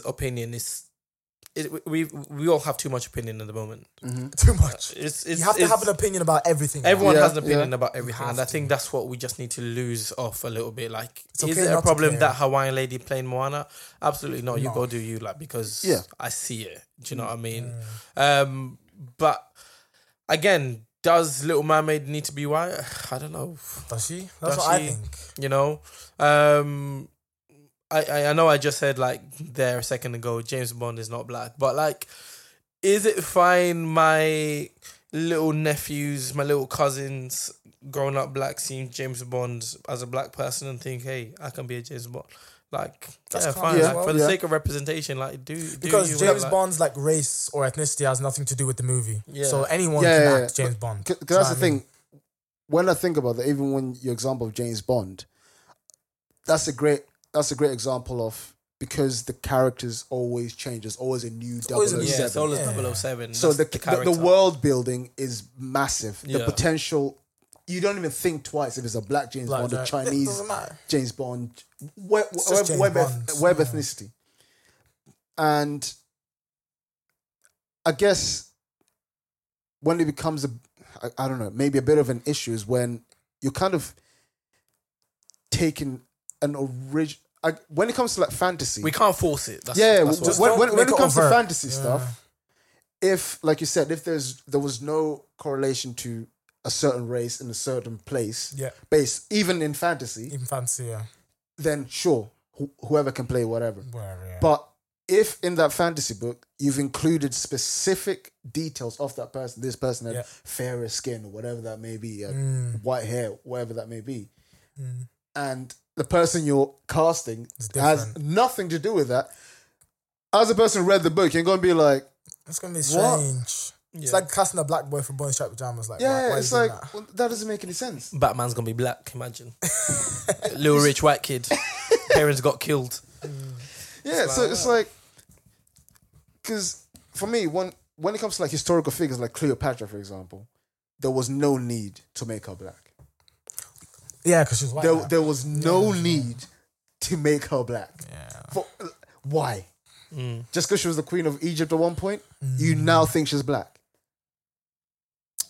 opinion is it, we we all have too much opinion at the moment. Mm-hmm. Too much. It's, it's you have to it's- have an opinion about everything. man. Everyone Yeah, has an opinion yeah. about everything, have and I think that's what we just need to lose off a little bit. Like, is okay it not a to problem care. that Hawaiian lady playing Moana? Absolutely not. You No. go do you, like because Yeah. I see it. Do you know what I mean? Mm, Um, but again, does Little Mermaid need to be white? [sighs] I don't know. Does she? Does That's what she? I think. You know, um, I, I I know I just said like there a second ago James Bond is not black, but like, is it fine? My little nephews, my little cousins, growing up black, seeing James Bond as a black person and think, hey, I can be a James Bond. Like, That's yeah, calm fine. as like, well, for the yeah. sake of representation, like, do, do Because you, James like- Bond's like race or ethnicity has nothing to do with the movie. Yeah. So anyone Yeah, can yeah, act yeah. James Bond. Because Do you know that's the what I mean? thing. When I think about that, even when your example of James Bond, that's a great that's a great example of because the characters always change. There's always a new always a new- yeah, 007. it's always Yeah. 007. so That's the the, the character. world building is massive. The Yeah. potential, you don't even think twice if it's a black James Black Bond, a Jack- It [laughs] Chinese doesn't matter. James Bond, web, It's web, just James web, Bond, web yeah. ethnicity. And I guess when it becomes a, I, I don't know, maybe a bit of an issue is when you're kind of taking an original, when it comes to like fantasy. We can't force it. That's, yeah, that's w- what- just- when, don't when, when make it it comes to overt. fantasy stuff, if, like you said, if there's there was no correlation to a certain race in a certain place, Yeah. based even in fantasy, Even fancy, yeah. then sure, wh- whoever can play whatever. Whatever, yeah. But if in that fantasy book you've included specific details of that person, this person had Yeah. fairer skin or whatever that may be, uh, Mm, white hair, whatever that may be, mm. and the person you're casting It's has different. nothing to do with that. As a person who read the book, you're gonna be like, It's gonna be What? strange. It's like casting a black boy from Boy in Striped Pajamas. Like, yeah, why, why it's you doing like that? well, that doesn't make any sense. Batman's gonna be black. Imagine, [laughs] little rich white kid, parents got killed. Yeah, so it's like, because for me, when when it comes to like historical figures like Cleopatra, for example, there was no need to make her black. yeah, because she's white. There, now. there was no need to make her black. yeah. For, why? Mm. Just because she was the queen of Egypt at one point, you now think she's black.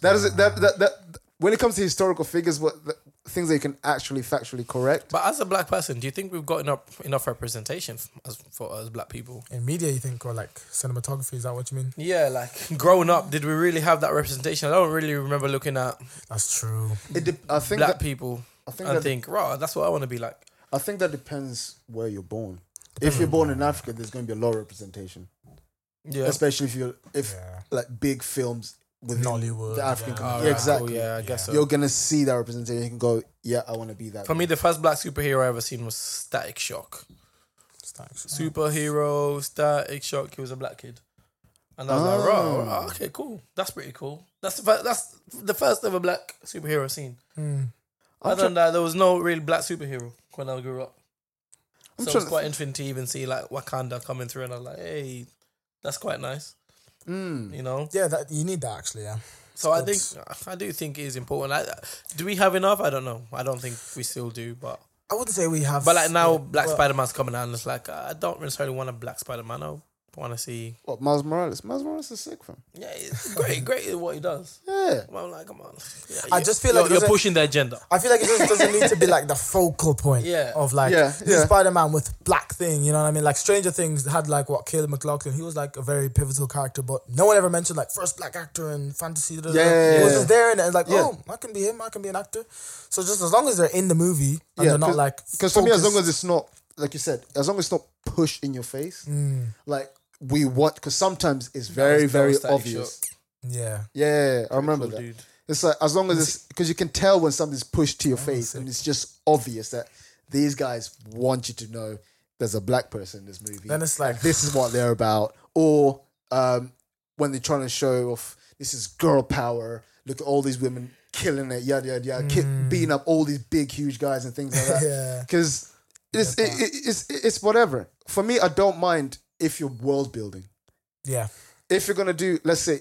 That is it. That, that that when it comes to historical figures, what the, things that you can actually factually correct. But as a black person, do you think we've got enough enough representation f- as for us black people? In media, you think, or like cinematography, is that what you mean? Yeah, like [laughs] growing up, did we really have that representation? I don't really remember looking at That's true. It de- I think black that, people I think and that think, "Right, that's what I want to be like." I think that depends where you're born. If you're born in Africa, there's going to be a lot of representation, Yeah, especially if you're if Yeah. like big films within Nollywood, the African yeah. community. Alright, exactly. cool, yeah, I guess so. You're gonna see that representation. You can go, yeah, I want to be that. for me, the first black superhero I ever seen was Static Shock. It's like- Oh. Superhero Static Shock. He was a black kid, and I was like, Oh. "Right, right, okay, cool. That's pretty cool. That's the fir- that's the first ever black superhero I've seen." Mm. I'm Other than that, there was no real black superhero when I grew up. I'm so trying it's to quite interesting to even see like Wakanda coming through, and I'm like, hey, that's quite nice, Mm. you know. Yeah, that you need that actually. Yeah, So I good. think I do think it is important. I, do we have enough? I don't know. I don't think we still do, but I wouldn't say we have. but like now, Black well, Spider Man's coming out, and it's like I don't necessarily want a Black Spider Man. I want to see. What Miles Morales? Miles Morales is sick from. Yeah, it's great, great at what he does. Yeah. But I'm like, come on. Yeah, I you- just feel you're- like it you're, doesn't- pushing the agenda. I feel like it just doesn't need to be like the focal point Yeah. of like Yeah, this yeah. Spider Man with black thing, you know what I mean? Like Stranger Things had like what Caleb McLaughlin, he was like a very pivotal character, but no one ever mentioned like first black actor in fantasy. da, da, da. Yeah. He was just there and it's like, Yeah. oh, I can be him, I can be an actor. So just as long as they're in the movie Yeah, and they're not cause- like Because for me, as long as focused- it's not like you said, as long as it's not pushed in your face, like we want. Because sometimes it's was- very, Mm. that very was Static obvious. yeah, Yeah, I remember Cool that. dude. It's like as long as it's because you can tell when something's pushed to your face, and it's just obvious that these guys want you to know there's a black person in this movie. then it's like this is what they're about, or um, when they're trying to show off, this is girl power. Look at all these women killing it, yada yada yada, ki- beating up all these big, huge guys and things like that. Yeah. Because it's it, it, it's it's whatever. For me, I don't mind if you're world building yeah, if you're gonna do, let's say,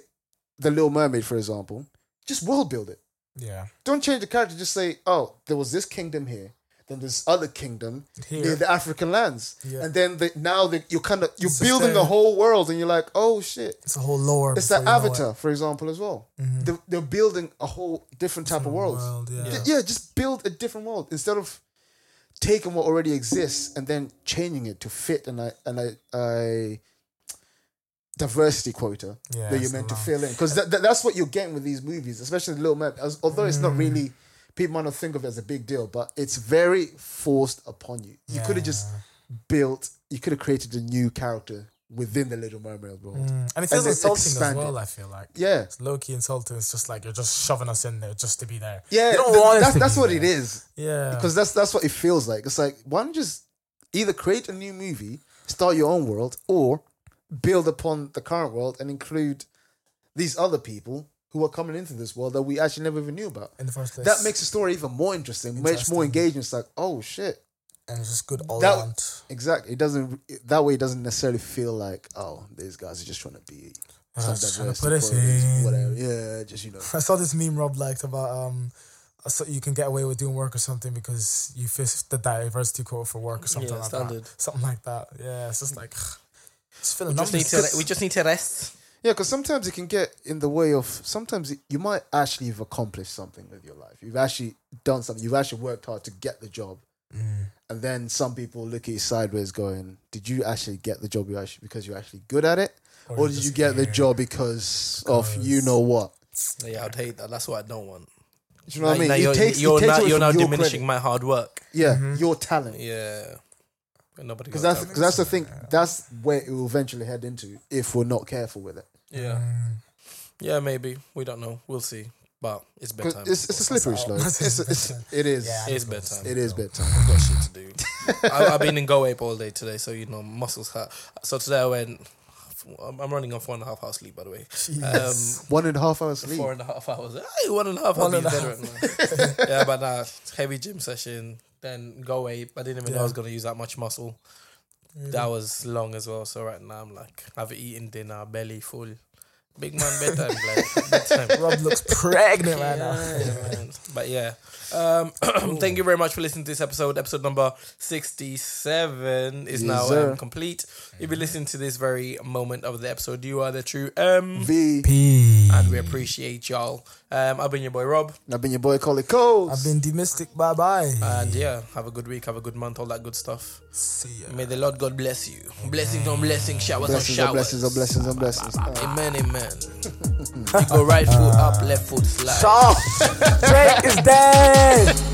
the Little Mermaid, for example, just world build it. yeah. Don't change the character. Just say, oh, there was this kingdom here, then this other kingdom Here. near the African lands, Yeah. and then the, now the, you're kind of you're Sustain building the it. whole world, and you're like, oh shit. It's a whole lore. It's the before you know it. Avatar, for example, as well. They're, they're building a whole different type of world. world, yeah. J- yeah, just build a different world instead of taking what already exists and then changing it to fit an I an I, I diversity quota Yeah, that you're it's meant to mad. fill in because that, that- that's what you're getting with these movies, especially the Little Mermaid. As, although it's Mm. not really people might not think of it as a big deal, but it's very forced upon you. You could have just built, you could have created a new character within the Little Mermaid world. Mm. And it feels they insulting as expand well, it. I feel like. Yeah, It's low key insulting. It's just like you're just shoving us in there just to be there. yeah. You don't th- want us that- to that's be what there. it is Yeah. because that's that's what it feels like. It's like why don't you just either create a new movie, start your own world, or build upon the current world and include these other people who are coming into this world that we actually never even knew about. in the first place. That makes the story even more interesting, much Interesting. more engaging. It's like, oh shit, and it's just good all That- around. Exactly. It doesn't. it- that way, it doesn't necessarily feel like oh, these guys are just trying to be. Oh, some just trying diverse to put us employees, in. Whatever. Yeah, just you know. I saw this meme Rob liked about um, so you can get away with doing work or something because you fist the diversity quota for work or something Yeah, like standard. that. Something like that. Yeah, it's just like [sighs] it's filling We just, need numbers. to, [laughs] we just need to rest. Yeah, because sometimes it can get in the way of. Sometimes it- you might actually have accomplished something with your life. You've actually done something. You've actually worked hard to get the job, Mm. and then some people look at you sideways, going, "Did you actually get the job? You actually because you're actually good at it, or you're did you just get the here. job because of you know what?" Yeah, I'd hate that. That's what I don't want. Do you know what I mean? Now It you're, takes- it you're takes now, away you're now from your diminishing credit. my hard work. Yeah, Mm-hmm. your talent. Yeah. But Nobody Because got that's that. cause that's the thing. That's where it will eventually head into if we're not careful with it. Yeah. Yeah, maybe. We don't know. We'll see. But it's 'Cause bedtime. It's, it's a slippery slope. That's It's, out. it's, [laughs] it is. Yeah. It's bedtime. It is bedtime. bedtime. I've got shit to [laughs] do. I, I've been in Go Ape all day today, so you know muscles hurt. So today I went. I'm I'm running on four and a half hours sleep, by the way. [laughs] Jeez. One and a half hours sleep. Four and a half hours. Hey, one and a half. I'll One be a and a veteran. man. [laughs] yeah, but nah, heavy gym session. Then Go Ape. I didn't even know I was Yeah. gonna use that much muscle. Um, [laughs] That was long as well. So right now I'm like, I've eaten dinner, belly full. Big man bedtime, like bedtime. Rob looks pregnant right now. Yeah, man. but yeah, um, [clears throat] thank you very much for listening to this episode. Episode number sixty-seven is Yes, now sir. um, complete. If you listen to this very moment of the episode, you are the true M, V. Peace. and we appreciate y'all. Um, I've been your boy Rob, I've been your boy Collie Coles. I've been domestic. Bye bye. and Uh, Mm-hmm. yeah, have a good week, have a good month, all that good stuff. See ya. May the Lord God bless you. Blessings on blessings, showers blessings on showers. and blessings and blessings and blessings. Amen, amen. [laughs] you go right foot up, left foot slide. Shaw. Drake is dead.